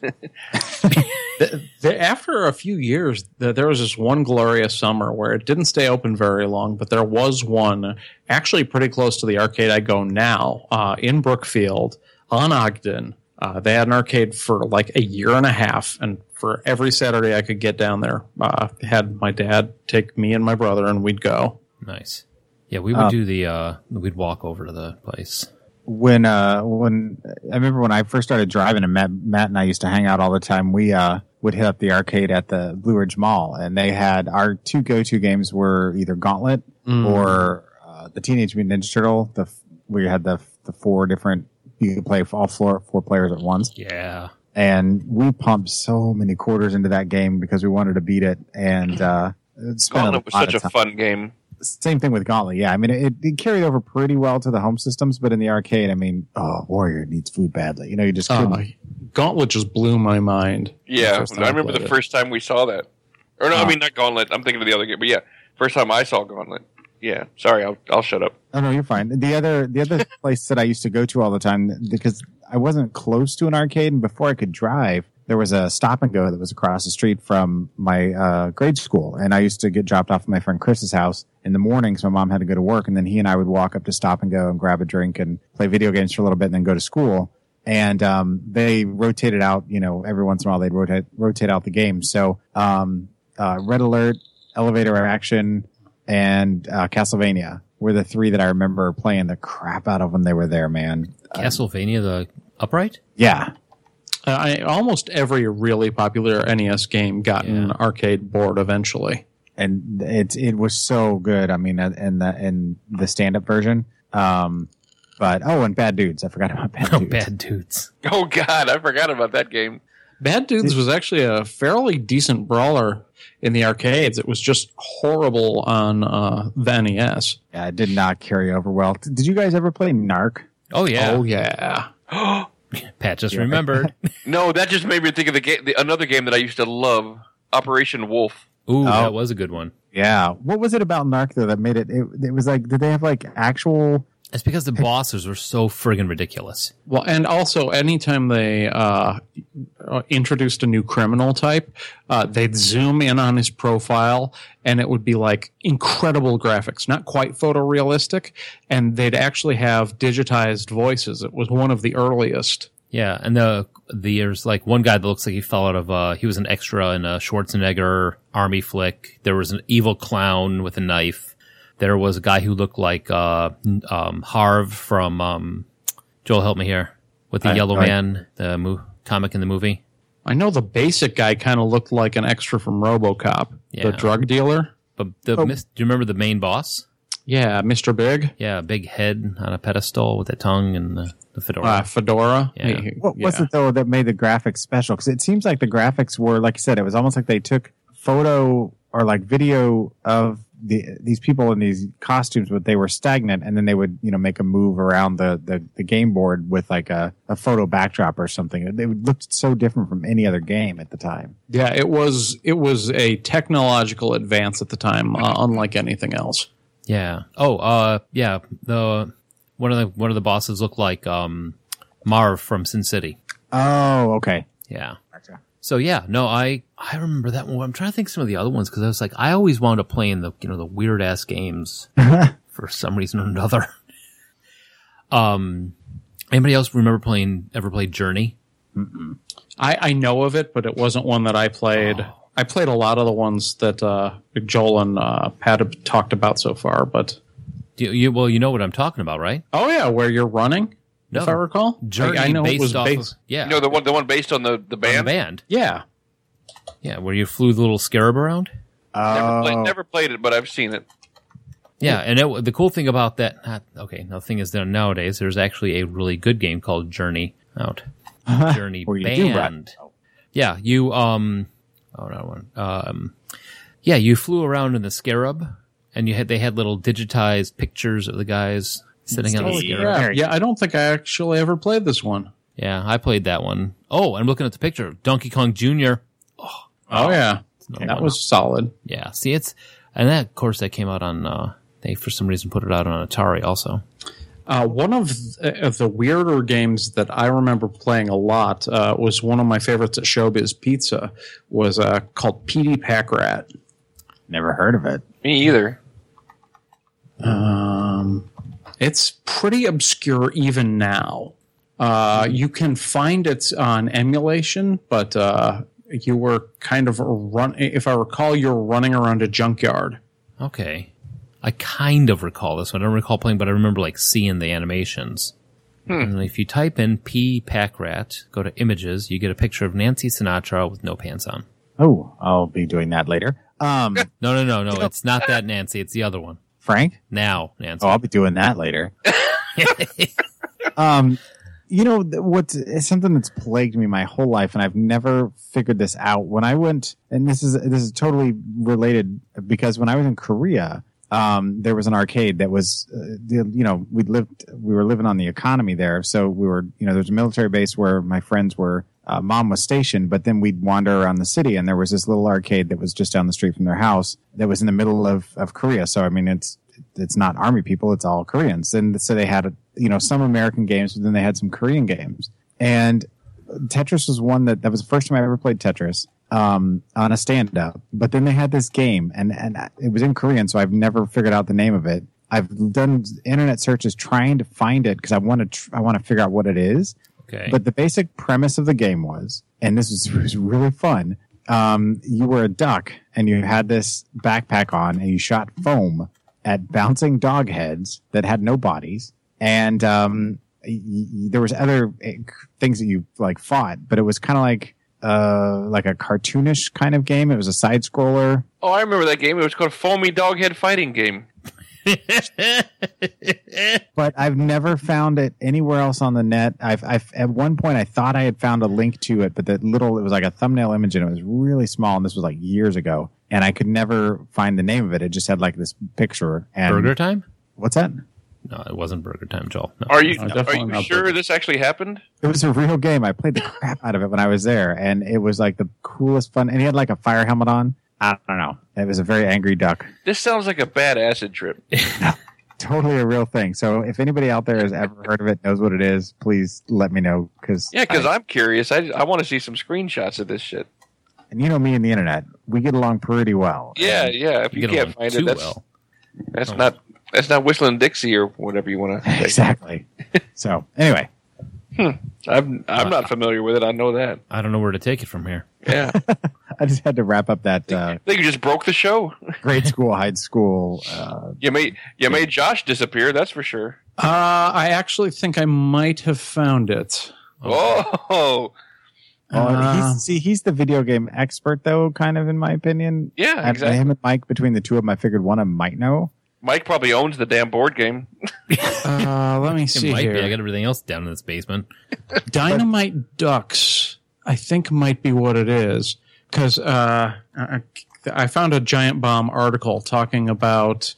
Speaker 6: The- the- after a few years, th- there was this one glorious summer where it didn't stay open very long, but there was one actually pretty close to the arcade I go now uh, in Brookfield on Ogden. Uh, they had an arcade for like a year and a half, and for every Saturday I could get down there, uh, had my dad take me and my brother, and we'd go.
Speaker 3: Nice. Yeah, we would
Speaker 4: Um,
Speaker 3: do the uh we'd walk over to the place.
Speaker 5: when uh when I remember when I first started driving and Matt, Matt and I used to hang out all the time. We uh would hit up the arcade at the Blue Ridge Mall, and they had our two go-to games were either Gauntlet
Speaker 6: Hmm.
Speaker 5: or uh, the Teenage Mutant Ninja Turtle. The f- where you had the the four different you could play all four four players at once
Speaker 3: Yeah.
Speaker 5: and we pumped so many quarters into that game because we wanted to beat it. And uh, it spent
Speaker 4: Gauntlet was
Speaker 5: lot
Speaker 4: such
Speaker 5: of
Speaker 4: a
Speaker 5: time-
Speaker 4: fun game.
Speaker 5: Same thing with Gauntlet. Yeah, I mean, it, it carried over pretty well to the home systems, but in the arcade, I mean, oh, Warrior needs food badly. You know, you just couldn't.
Speaker 6: Uh, Gauntlet just blew my mind.
Speaker 4: Yeah,
Speaker 6: first time
Speaker 4: I remember
Speaker 6: played
Speaker 4: the
Speaker 6: it.
Speaker 4: first time we saw that. Or no,
Speaker 5: Ah.
Speaker 4: I mean not Gauntlet. I'm thinking of the other game, but yeah, first time I saw Gauntlet. Yeah, sorry, I'll I'll shut up. [laughs]
Speaker 5: Oh no, you're fine. The other the other place that I used to go to all the time because I wasn't close to an arcade, and before I could drive, there was a stop and go that was across the street from my uh, grade school, and I used to get dropped off at my friend Chris's house in the mornings. My mom had to go to work, and then he and I would walk up to stop and go and grab a drink and play video games for a little bit, and then go to school. And um, they rotated out, you know, every once in a while they'd rotate rotate out the games. So um, uh, Red Alert, Elevator Action, and uh, Castlevania were the three that I remember playing the crap out of when they were there, man.
Speaker 3: Castlevania, the upright.
Speaker 5: Yeah.
Speaker 6: I, almost every really popular NES game got an
Speaker 3: Yeah.
Speaker 6: arcade board eventually.
Speaker 5: And it, it was so good. I mean, uh, in the, in the stand up version. Um, but, oh, and Bad Dudes. I forgot about Bad
Speaker 3: Oh,
Speaker 5: Dudes.
Speaker 3: bad dudes.
Speaker 4: Oh God, I forgot about that game. [gasps]
Speaker 6: Bad Dudes was actually a fairly decent brawler in the arcades. It was just horrible on uh, the NES.
Speaker 5: Yeah, it did not carry over well. T- Did you guys ever play Narc?
Speaker 3: Oh yeah,
Speaker 6: Oh yeah,
Speaker 4: Oh,
Speaker 3: Pat just [laughs] remembered.
Speaker 4: No, that just made me think of the game, the, another game that I used to love, Operation Wolf.
Speaker 3: Ooh, that was a good one.
Speaker 5: Yeah. What was it about Narc, though, that made it? It, it was like, did they have like actual.
Speaker 3: It's because the bosses were so friggin' ridiculous.
Speaker 6: Well, and also anytime they uh, uh, introduced a new criminal type, uh, they'd zoom in on his profile, and it would be like incredible graphics, not quite photorealistic, and they'd actually have digitized voices. It was one of the earliest.
Speaker 3: Yeah, and the there's like one guy that looks like he fell out of uh he was an extra in a Schwarzenegger army flick. There was an evil clown with a knife. There was a guy who looked like uh n- um Harv from um Joel help me here with the yellow
Speaker 5: I-
Speaker 3: man, the mo- comic in the movie.
Speaker 6: I know the basic guy kind of looked like an extra from RoboCop,
Speaker 3: Yeah.
Speaker 6: the drug dealer.
Speaker 3: But the mis- do you remember the main boss?
Speaker 6: Yeah, Mr. Big,
Speaker 3: Yeah, big head on a pedestal with a tongue and the, the fedora.
Speaker 6: uh, Fedora.
Speaker 3: Yeah.
Speaker 6: He-
Speaker 5: What was
Speaker 6: yeah.
Speaker 5: it though that made the graphics special? Because it seems like the graphics were, like you said, it was almost like they took photo or like video of the these people in these costumes, but they were stagnant, and then they would you know make a move around the the, the game board with like a, a photo backdrop or something. They looked so different from any other game at the time.
Speaker 6: Yeah, it was it was a technological advance at the time, uh, unlike anything else.
Speaker 3: Yeah. Oh, uh, yeah. The one of the one of the bosses looked like um, Marv from Sin City.
Speaker 5: Oh, okay.
Speaker 3: Yeah. So yeah, no, I I remember that one. I'm trying to think of some of the other ones because I was like, I always wound up playing the you know the weird ass
Speaker 4: [laughs]
Speaker 3: games for some reason or another. um, anybody else remember playing ever played Journey?
Speaker 6: I, I know of it, but it wasn't one that I played.
Speaker 3: Oh.
Speaker 6: I played a lot of the ones that uh, Joel and uh, Pat have talked about so far, but
Speaker 3: Do you, you well, you know what I'm talking about, right?
Speaker 6: oh yeah, where you're running,
Speaker 3: No.
Speaker 6: if I recall,
Speaker 3: Journey
Speaker 6: I, I know
Speaker 3: based
Speaker 6: it was
Speaker 3: off
Speaker 6: based.
Speaker 3: of yeah,
Speaker 4: You know the one, the one based on the the
Speaker 3: on the
Speaker 4: band.
Speaker 3: band.
Speaker 6: yeah,
Speaker 3: Yeah, where you flew the little scarab around.
Speaker 4: Never,
Speaker 5: Oh.
Speaker 4: played, never played it, but I've seen it.
Speaker 3: Yeah, and it, the cool thing about that, not, okay, now the thing is that nowadays there's actually a really good game called Journey out, Journey
Speaker 5: Uh-huh. Where you do ride.
Speaker 3: Band. Yeah, you um, oh no, one um, yeah, you flew around in the Scarab, and you had they had little digitized pictures of the guys sitting on the
Speaker 5: Oh,
Speaker 3: Scarab.
Speaker 6: yeah,
Speaker 5: Very-
Speaker 6: yeah. I don't think I actually ever played this one.
Speaker 3: Yeah, I played that one. Oh, I'm looking at the picture. Donkey Kong Jr.
Speaker 6: Oh yeah,
Speaker 3: No
Speaker 6: that
Speaker 3: one.
Speaker 6: was solid.
Speaker 3: yeah. See, it's and that of course that came out on uh, they for some reason put it out on Atari also.
Speaker 6: Uh, one of uh, the, of the weirder games that I remember playing a lot uh, was one of my favorites at Showbiz Pizza was uh, called Petey Pack Rat.
Speaker 5: Never heard of it.
Speaker 4: Me either.
Speaker 6: Um, it's pretty obscure even now. Uh, you can find it on emulation, but uh, you were kind of run. If I recall, you're running around a junkyard.
Speaker 3: Okay. I kind of recall this one. I don't recall playing, but I remember like seeing the animations. And if you type in P Pack Rat, go to images, you get a picture of Nancy Sinatra with no pants on.
Speaker 5: Oh, I'll be doing that later. Um,
Speaker 3: No, no, no, no. It's not that Nancy. It's the other one.
Speaker 5: Frank.
Speaker 3: Now, Nancy.
Speaker 5: Oh, I'll be doing that later. [laughs] um, you know th- what's it's something that's plagued me my whole life and i've never figured this out when i went and this is this is totally related because when i was in korea um, there was an arcade that was uh, the- you know we lived we were living on the economy there so we were you know there's a military base where my friends were uh, mom was stationed, but then we'd wander around the city, and there was this little arcade that was just down the street from their house that was in the middle of, of Korea. So I mean, it's it's not army people; it's all Koreans. And so they had you know some American games, but then they had some Korean games. And Tetris was one that that was the first time I ever played Tetris um, on a stand up. But then they had this game, and and it was in Korean, so I've never figured out the name of it. I've done internet searches trying to find it because I want to tr- I want to figure out what it is.
Speaker 3: Okay.
Speaker 5: But the basic premise of the game was, and this was, [laughs] was really fun. Um, you were a duck and you had this backpack on and you shot foam at bouncing dog heads that had no bodies. And, um, y- y- there was other eh, things that you like fought, but it was kind of like, uh, like a cartoonish kind of game. It was a side scroller.
Speaker 4: Oh, I remember that game. It was called Foamy Doghead Fighting Game.
Speaker 5: but I've never found it anywhere else on the net. I've, I've at one point I thought I had found a link to it, but that little it was like a thumbnail image and it was really small, and this was like years ago, and I could never find the name of it. It just had like this picture and
Speaker 3: [laughs] Burger time?
Speaker 5: What's that?
Speaker 3: No, it wasn't burger time, Joel. Oh, No.
Speaker 4: Are you
Speaker 6: No,
Speaker 4: are
Speaker 6: definitely
Speaker 4: you
Speaker 6: not
Speaker 4: sure
Speaker 6: Burger.
Speaker 4: this actually happened?
Speaker 5: It was a real game. I played the crap out of it when I was there, and it was like the coolest fun. And he had like a fire helmet on. I don't know. It was a very angry duck.
Speaker 4: This sounds like a bad acid trip.
Speaker 5: Totally a real thing. So if anybody out there has ever heard of it, knows what it is, please let me know. Because
Speaker 4: Yeah, because I'm curious. I, I want to see some screenshots of this shit.
Speaker 5: and you know me and the internet, we get along pretty well.
Speaker 4: Yeah, yeah. If you,
Speaker 3: get
Speaker 4: can't
Speaker 3: along
Speaker 4: find
Speaker 3: too
Speaker 4: it, that's
Speaker 3: well.
Speaker 4: that's not that's not whistling Dixie or whatever you want to
Speaker 5: [laughs]
Speaker 4: say.
Speaker 5: exactly. so anyway,
Speaker 4: I'm I'm not familiar with it. I know that.
Speaker 3: I don't know where to take it from here.
Speaker 4: Yeah, I
Speaker 5: I just had to wrap up
Speaker 3: [laughs]
Speaker 5: that uh,
Speaker 4: think you just broke the show.
Speaker 5: grade school, high school. Uh,
Speaker 4: You made you made Josh disappear. That's for sure.
Speaker 6: Uh, I actually think I might have found it.
Speaker 4: Oh,
Speaker 5: well,
Speaker 6: Uh,
Speaker 5: he's, see, he's the video game expert, though, kind of in my opinion.
Speaker 4: [laughs] yeah,
Speaker 5: I-
Speaker 4: exactly.
Speaker 5: Him and Mike, between the two of them, I figured one of them might know.
Speaker 4: Mike probably owns the damn board game. [laughs]
Speaker 6: Uh, let me
Speaker 3: It
Speaker 6: see
Speaker 3: might
Speaker 6: here.
Speaker 3: be. I got everything else down in this basement.
Speaker 6: Dynamite Ducks, I think might be what it is. Because uh, I, I found a Giant Bomb article talking about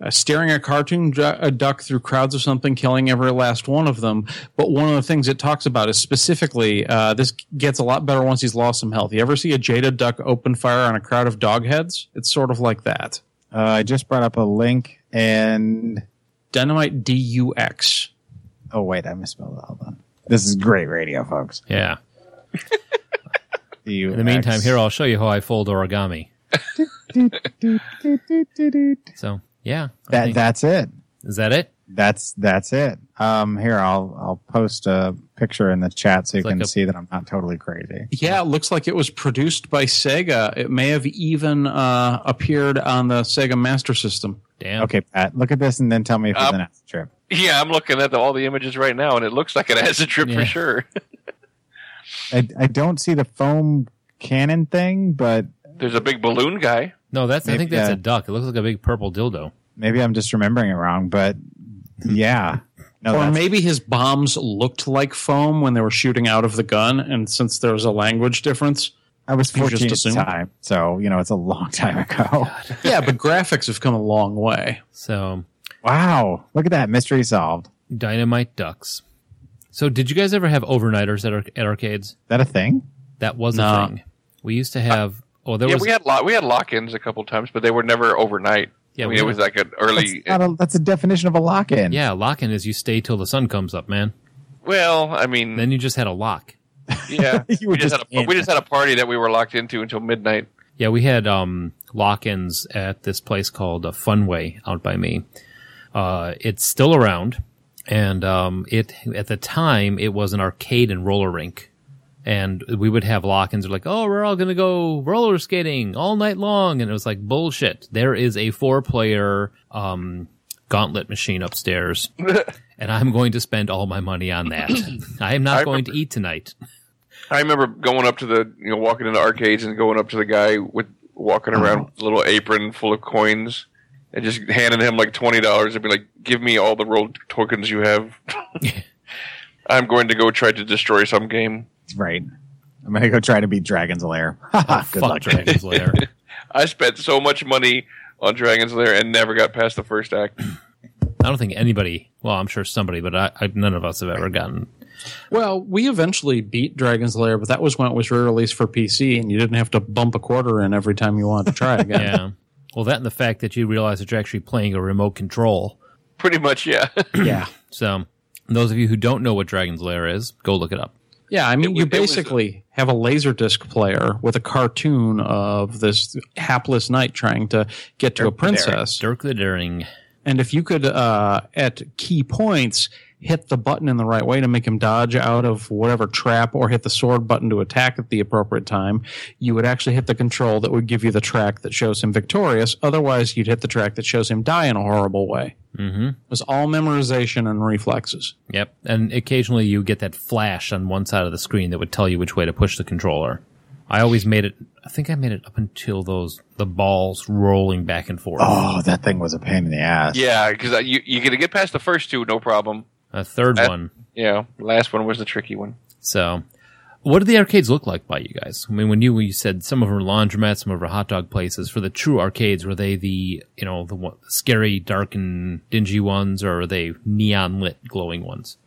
Speaker 6: uh, steering a cartoon du- a duck through crowds of something, killing every last one of them. But one of the things it talks about is specifically uh, this gets a lot better once he's lost some health. You ever see a Jada duck open fire on a crowd of dog heads? It's sort of like that.
Speaker 5: Uh, I just brought up a link, and
Speaker 6: Dynamite DUX.
Speaker 5: oh wait, I misspelled it. Hold on. This is great radio, folks.
Speaker 3: Yeah.
Speaker 5: In
Speaker 3: In the meantime, here I'll show you how I fold origami. So yeah, [laughs] I
Speaker 5: that
Speaker 3: think-
Speaker 5: that's it.
Speaker 3: is that it?
Speaker 5: That's that's it. Um, here I'll I'll post a picture in the chat so you
Speaker 3: It's like
Speaker 5: can
Speaker 3: a-
Speaker 5: see that I'm not totally crazy.
Speaker 6: Yeah, it looks like it was produced by Sega. It may have even uh, appeared on the Sega Master System.
Speaker 3: Damn.
Speaker 5: Okay, Pat, look at this and then tell me if it's
Speaker 4: Up.
Speaker 5: an acid trip.
Speaker 4: Yeah, I'm looking at the, all the images right now, and it looks like an acid trip
Speaker 3: Yeah.
Speaker 4: for sure. [laughs]
Speaker 5: I, I don't see the foam cannon thing, but
Speaker 4: There's a big balloon guy.
Speaker 3: No, that's. I
Speaker 5: Maybe,
Speaker 3: think that's
Speaker 5: uh,
Speaker 3: a duck. It looks like a big purple dildo.
Speaker 5: maybe I'm just remembering it wrong. But yeah,
Speaker 4: Oh,
Speaker 5: no,
Speaker 6: or
Speaker 5: that's,
Speaker 6: maybe his bombs looked like foam when they were shooting out of the gun, and since there was a language
Speaker 4: [laughs]
Speaker 6: difference.
Speaker 5: I was
Speaker 6: you just
Speaker 5: 14 at the
Speaker 6: assumed.
Speaker 5: time, so you know it's a long [laughs] time
Speaker 3: Oh
Speaker 5: ago.
Speaker 6: Yeah, but graphics have come a long way.
Speaker 3: So
Speaker 5: Wow, look at that mystery solved. Is
Speaker 3: dynamite ducks. So did you guys ever have overnighters at, ar- at arcades?
Speaker 5: that a thing?
Speaker 3: That was
Speaker 6: No.
Speaker 3: a thing. We used to have. Oh, there
Speaker 4: yeah,
Speaker 3: was.
Speaker 4: we had lo- we had lock-ins a couple times, but they were never overnight.
Speaker 3: Yeah,
Speaker 4: I mean,
Speaker 3: we
Speaker 4: it
Speaker 3: had-
Speaker 4: was like an
Speaker 5: That's,
Speaker 4: early.
Speaker 5: not a, that's a definition of a lock in.
Speaker 3: yeah, locking is you stay till the sun comes up, man.
Speaker 4: well, I
Speaker 5: [laughs]
Speaker 4: mean,
Speaker 3: Then you just had a lock.
Speaker 4: yeah,
Speaker 5: You were
Speaker 4: we just,
Speaker 5: just
Speaker 4: had a,
Speaker 5: in.
Speaker 4: we just had a party that we were locked into until midnight. [laughs]
Speaker 3: Yeah, we had um, lock-ins at this place called uh, Funway out by me. Uh, it's still around, and um, it at the time it was an arcade and roller rink, and we would have lock-ins like, oh, we're all gonna go roller skating all night long, and it was like bullshit. There is a four-player um, gauntlet machine upstairs, and I'm going to spend all my money on
Speaker 5: [coughs]
Speaker 3: that. I am not
Speaker 4: I
Speaker 3: going to eat tonight.
Speaker 4: I remember going up to the, you know, walking into arcades and going up to the guy with walking around with a little apron full of coins and just [laughs] handing him like twenty dollars and be like, "Give me all the roll tokens you have." I'm going to go try to destroy some game.
Speaker 5: Right. I'm gonna go try to beat Dragon's Lair. [laughs] Good
Speaker 3: Oh, Fuck
Speaker 5: luck.
Speaker 3: Dragon's
Speaker 5: [laughs]
Speaker 3: Lair.
Speaker 4: I spent so much money on Dragon's Lair and never got past the first [clears throat] act.
Speaker 3: I don't think anybody. Well, I'm sure somebody, but I, I none of us have ever gotten.
Speaker 6: Well, we eventually beat Dragon's Lair, but that was when it was re-released for PC, and you didn't have to bump a quarter in every time you wanted to try
Speaker 4: [laughs]
Speaker 6: again.
Speaker 3: Yeah. well, that and the fact that you realize that you're actually playing a remote control.
Speaker 4: Pretty much, yeah. [laughs]
Speaker 6: yeah,
Speaker 3: So, those of you who don't know what Dragon's Lair is, go look it up.
Speaker 6: yeah. I mean,
Speaker 4: was-
Speaker 6: you
Speaker 4: it was a-
Speaker 6: basically have a laserdisc player with a cartoon of this hapless knight trying to get to a princess,
Speaker 3: Dirk the Daring.
Speaker 6: and if you could, uh, at key points, hit the button in the right way to make him dodge out of whatever trap, or hit the sword button to attack at the appropriate time, you would actually hit the control that would give you the track that shows him victorious. Otherwise, you'd hit the track that shows him die in a horrible way.
Speaker 3: hmm
Speaker 6: It was all memorization and reflexes.
Speaker 3: Yep. And occasionally you get that flash on one side of the screen that would tell you which way to push the controller. I always made it. I think I made it up until those the balls rolling back and forth.
Speaker 5: Oh, that thing was a pain in the ass.
Speaker 4: yeah, because you, you're going to get past the first two, no problem.
Speaker 3: A third
Speaker 4: I-
Speaker 3: one.
Speaker 4: Yeah, last one was the tricky one.
Speaker 3: So, what do the arcades look like by you guys? I mean, when you, when you said some of them are laundromats, some of them are hot dog places, for the true arcades, were they the, you know, the one, scary, dark, and dingy ones, or are they neon lit, glowing ones?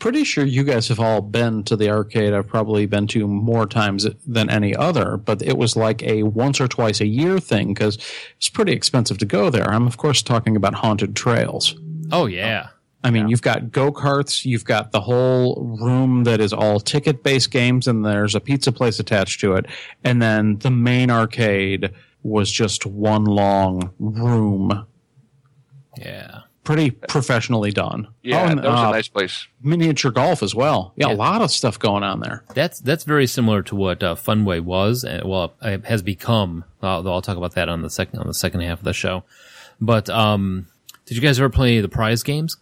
Speaker 6: pretty sure you guys have all been to the arcade. I've probably been to more times than any other, but it was like a once or twice a year thing because it's pretty expensive to go there. I'm, of course, talking about haunted trails.
Speaker 3: Oh, yeah.
Speaker 6: I mean, you've got go karts, you've got the whole room that is all ticket based games, and there's a pizza place attached to it. And then the main arcade was just one long room,
Speaker 3: Yeah.
Speaker 6: pretty professionally done.
Speaker 4: Yeah,
Speaker 6: oh, and,
Speaker 4: that was
Speaker 6: uh,
Speaker 4: a nice place.
Speaker 6: miniature golf as well. yeah,
Speaker 3: Yeah.
Speaker 6: a lot of stuff going on there.
Speaker 3: That's, that's very similar to what uh, Funway was, and well, it has become, although I'll talk about that on the second, on the second half of the show. But, um, did you guys ever play the prize games?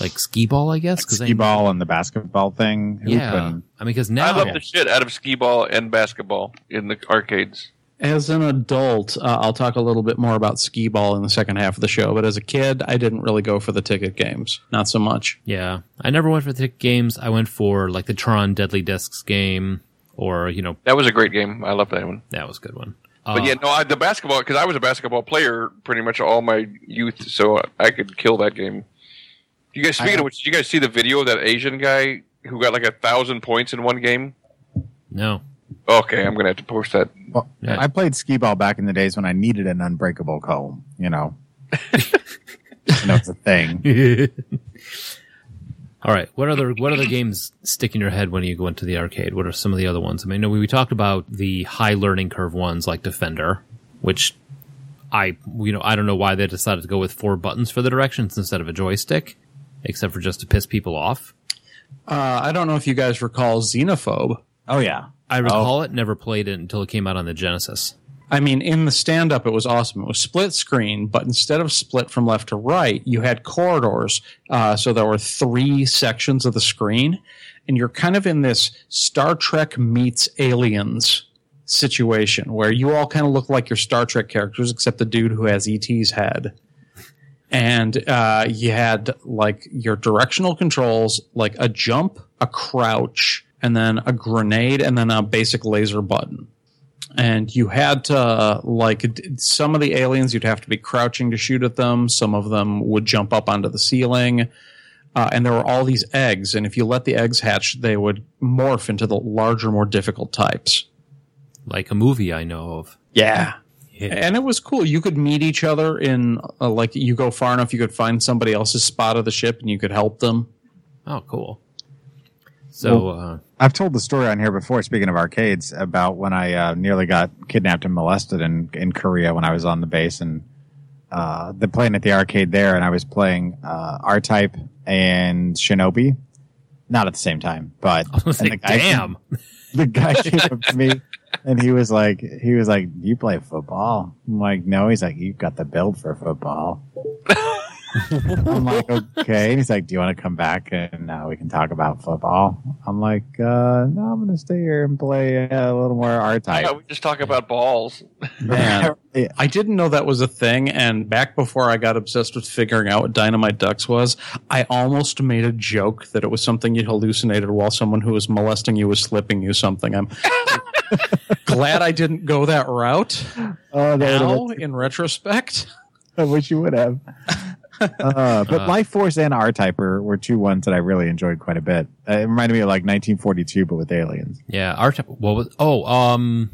Speaker 3: Like skee ball, I guess? Cause
Speaker 5: Ski ball and the basketball thing.
Speaker 3: I,
Speaker 5: hoop
Speaker 3: yeah. I mean,
Speaker 5: and-
Speaker 3: because
Speaker 4: I
Speaker 3: now.
Speaker 4: love the shit out of skee ball and basketball in the arcades.
Speaker 6: As an adult, uh, I'll talk a little bit more about skee ball in the second half of the show. But as a kid, I didn't really go for the ticket games, not so much.
Speaker 3: Yeah, I never went for the games. I went for like the Tron Deadly Discs game, or you know,
Speaker 4: That was a great game. I love that one.
Speaker 3: that was a good one.
Speaker 5: Uh,
Speaker 4: But yeah, no, I, the basketball because I was a basketball player pretty much all my youth, so I, I could kill that game. You guys, speaking of which, did you guys see the video of that Asian guy who got like a thousand points in one game?
Speaker 3: No,
Speaker 4: Okay, I'm gonna have to post that.
Speaker 5: Well,
Speaker 3: Yeah.
Speaker 5: I played skee ball back in the days when I needed an unbreakable comb. You
Speaker 3: [laughs]
Speaker 5: know, you know it's a thing.
Speaker 3: All right. What other what other games stick in your head when you go into the arcade? What are some of the other ones? I mean, I know we we talked about the high learning curve ones like Defender, which I you know I don't know why they decided to go with four buttons for the directions instead of a joystick, except for just to piss people off.
Speaker 6: Uh, I don't know if you guys recall Xenophobe.
Speaker 5: [laughs] Oh yeah,
Speaker 3: I recall it, never played it until it came out on the Genesis.
Speaker 6: I mean, in the stand up, it was awesome. It was split screen, but instead of split from left to right, you had corridors. Uh, so there were three sections of the screen, and you're kind of in this Star Trek meets aliens situation where you all kind of look like your Star Trek characters, except the dude who has ET's head. And uh, you had like your directional controls, like a jump, a crouch, and then a grenade, and then a basic laser button and you had to uh, like d- some of the aliens you'd have to be crouching to shoot at them some of them would jump up onto the ceiling uh, and there were all these eggs and if you let the eggs hatch they would morph into the larger more difficult types
Speaker 3: Like a movie I know of.
Speaker 6: yeah
Speaker 3: Yeah.
Speaker 6: and it was cool you could meet each other in uh, like you go far enough you could find somebody else's spot of the ship and you could help them
Speaker 3: Oh, cool. So, uh,
Speaker 5: I've told the story on here before. Speaking of arcades, about when I uh, nearly got kidnapped and molested in in Korea when I was on the base and uh, the playing at the arcade there, and I was playing uh, R Type and Shinobi, not at the same time, but
Speaker 3: [laughs] I was
Speaker 5: and
Speaker 3: like,
Speaker 5: the guy-
Speaker 3: damn.
Speaker 6: [laughs]
Speaker 5: the guy came up to me and he was like, he
Speaker 6: [laughs]
Speaker 5: was like, "Do you play football?" I'm like, "No." He's like, "You've got the build for football." I'm like, okay. And he's like, do you want to come back and uh, we can talk about football? I'm like, uh, no, I'm going to stay here and play uh, a little more R-Type.
Speaker 4: Yeah, we just talk about balls.
Speaker 6: Oh, Man,
Speaker 5: [laughs] Yeah.
Speaker 6: I didn't know that was a thing. And back before I got obsessed with figuring out what Dynamite Ducks was, I almost made a joke that it was something you hallucinated while someone who was molesting you was slipping you something. [laughs] I'm glad I didn't go that route.
Speaker 5: Oh, there it
Speaker 6: Now,
Speaker 5: is.
Speaker 6: in retrospect,
Speaker 5: I wish you
Speaker 6: [laughs]
Speaker 5: would have. Uh, but Life Force and R-Type were, were two ones that I really enjoyed quite a bit. Uh, it reminded me of like 1942, but with aliens.
Speaker 3: Yeah, our t- what was oh um,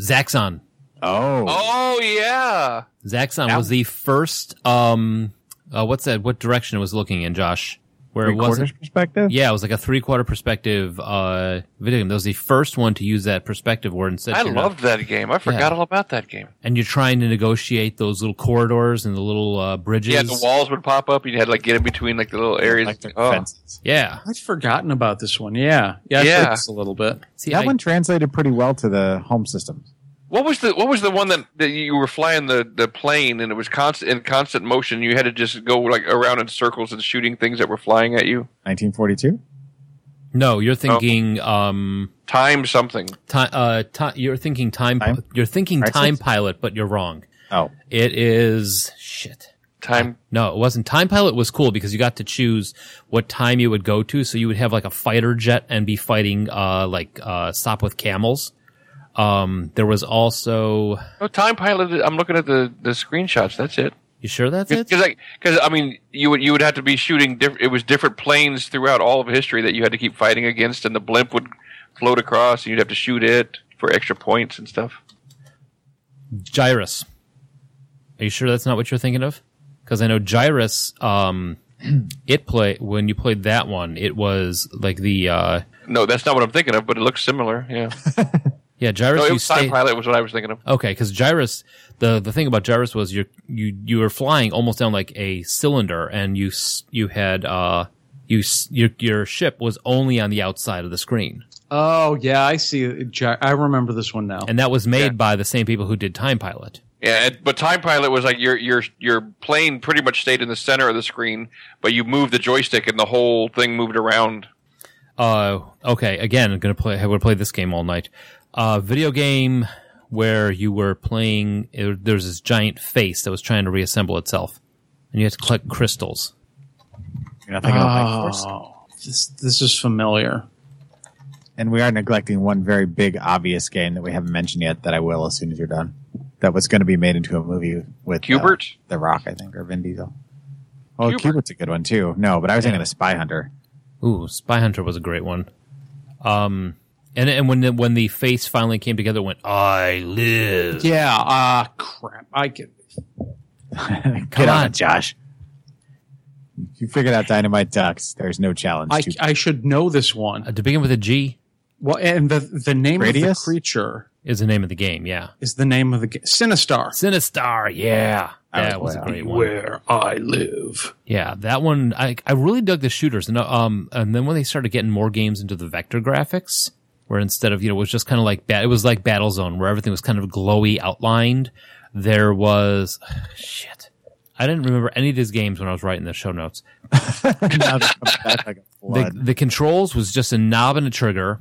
Speaker 3: Zaxxon.
Speaker 5: Oh,
Speaker 4: Oh yeah,
Speaker 3: Zaxxon was the first um, uh, what's that? What direction it was looking in, Josh? Where it wasn't.
Speaker 5: quarters perspective.
Speaker 3: Yeah, it was like a three quarter perspective uh, video game. That was the first one to use that perspective where instead
Speaker 4: I
Speaker 3: you're
Speaker 4: loved that game. I forgot all about that game.
Speaker 3: and you're trying to negotiate those little corridors and the little uh, bridges.
Speaker 4: Yeah, the walls would pop up. You had like get in between like the little areas.
Speaker 5: Like the
Speaker 4: Oh.
Speaker 5: fences.
Speaker 3: Yeah.
Speaker 6: I'd forgotten about this one. Yeah. Yeah. I played
Speaker 4: Yeah.
Speaker 6: this a little bit.
Speaker 3: See,
Speaker 5: that
Speaker 3: I-
Speaker 5: one translated pretty well to the home systems.
Speaker 4: What was the What was the one that, that you were flying the, the plane and it was constant in constant motion? You had to just go like around in circles and shooting things that were flying at you.
Speaker 5: 1942.
Speaker 3: No,
Speaker 5: Oh.
Speaker 3: you're thinking um
Speaker 4: Time something.
Speaker 3: time uh ti you're thinking time,
Speaker 5: Time?
Speaker 3: you're thinking
Speaker 5: Crisis?
Speaker 3: time pilot but you're wrong.
Speaker 5: Oh,
Speaker 3: It is shit.
Speaker 4: Time.
Speaker 3: No, it wasn't. Time pilot was cool because you got to choose what time you would go to so you would have like a fighter jet and be fighting uh like uh stop with camels. Um there was also
Speaker 4: Oh, time pilot. I'm looking at the, the screenshots. That's it.
Speaker 3: You sure that's it?
Speaker 4: Because because I mean you would you would have to be shooting. Diff- it was different planes throughout all of history that you had to keep fighting against, and the blimp would float across, and you'd have to shoot it for extra points and stuff.
Speaker 3: Gyrus. Are you sure that's not what you're thinking of? Because I know Gyrus, um, [clears throat] it play when you played that one, it was like the uh,
Speaker 4: No, that's not what I'm thinking of, but it looks similar. Yeah.
Speaker 3: yeah Gyrus.
Speaker 4: No, it
Speaker 3: you
Speaker 4: was time
Speaker 3: stay,
Speaker 4: pilot was what I was thinking of.
Speaker 3: okay, because Gyrus, the the thing about Gyrus was you you you were flying almost down like a cylinder, and you s- you had uh you s- your your ship was only on the outside of the screen,
Speaker 6: Oh, yeah. I see. it. Gy- I remember this one now.
Speaker 3: and that was made by the same people who did Time Pilot.
Speaker 4: Yeah, it, but Time Pilot was like your your your plane pretty much stayed in the center of the screen, but you moved the joystick and the whole thing moved around.
Speaker 3: Uh, okay. Again, I'm gonna play. I would play this game all night. Uh, video game where you were playing. er, There's this giant face that was trying to reassemble itself, and you had to collect crystals.
Speaker 5: you're not thinking of Life Force.
Speaker 6: Oh, this, this is familiar.
Speaker 5: And we are neglecting one very big, obvious game that we haven't mentioned yet. That I will as soon as you're done. That was going to be made into a movie with uh,
Speaker 4: Hubert?
Speaker 5: The Rock, I think, or Vin Diesel. Well,
Speaker 4: Hubert.
Speaker 5: Cubert's a good one too. No, but I was thinking of Spy Hunter. [laughs]
Speaker 3: Ooh, Spy Hunter was a great one. Um, and and when the, when the face finally came together, it went uh, I live.
Speaker 6: Yeah. Ah, crap. I get
Speaker 5: Get on,
Speaker 3: on.
Speaker 5: it, Josh. You figured out Dynamite Ducks. There's no challenge.
Speaker 6: I,
Speaker 5: to
Speaker 6: I should know this one.
Speaker 3: Uh, to begin with a G
Speaker 6: Well, and the the name of
Speaker 5: Gradius?
Speaker 6: the creature
Speaker 3: is the name of the game. Yeah,
Speaker 6: is the name of the game. Sinistar.
Speaker 3: Sinistar. Yeah,
Speaker 5: I
Speaker 3: that was
Speaker 5: was
Speaker 3: a
Speaker 5: way
Speaker 3: great one.
Speaker 6: Where I live.
Speaker 3: Yeah, that one I I really dug the shooters, and um, and then when they started getting more games into the vector graphics, where instead of you know it was just kind of like bat, it was like Battlezone, where everything was kind of glowy outlined. There was [sighs] shit. I didn't remember any of these games when I was writing the show notes.
Speaker 5: now that comes back like a
Speaker 3: The,
Speaker 5: flood.
Speaker 3: the controls was just a knob and a trigger.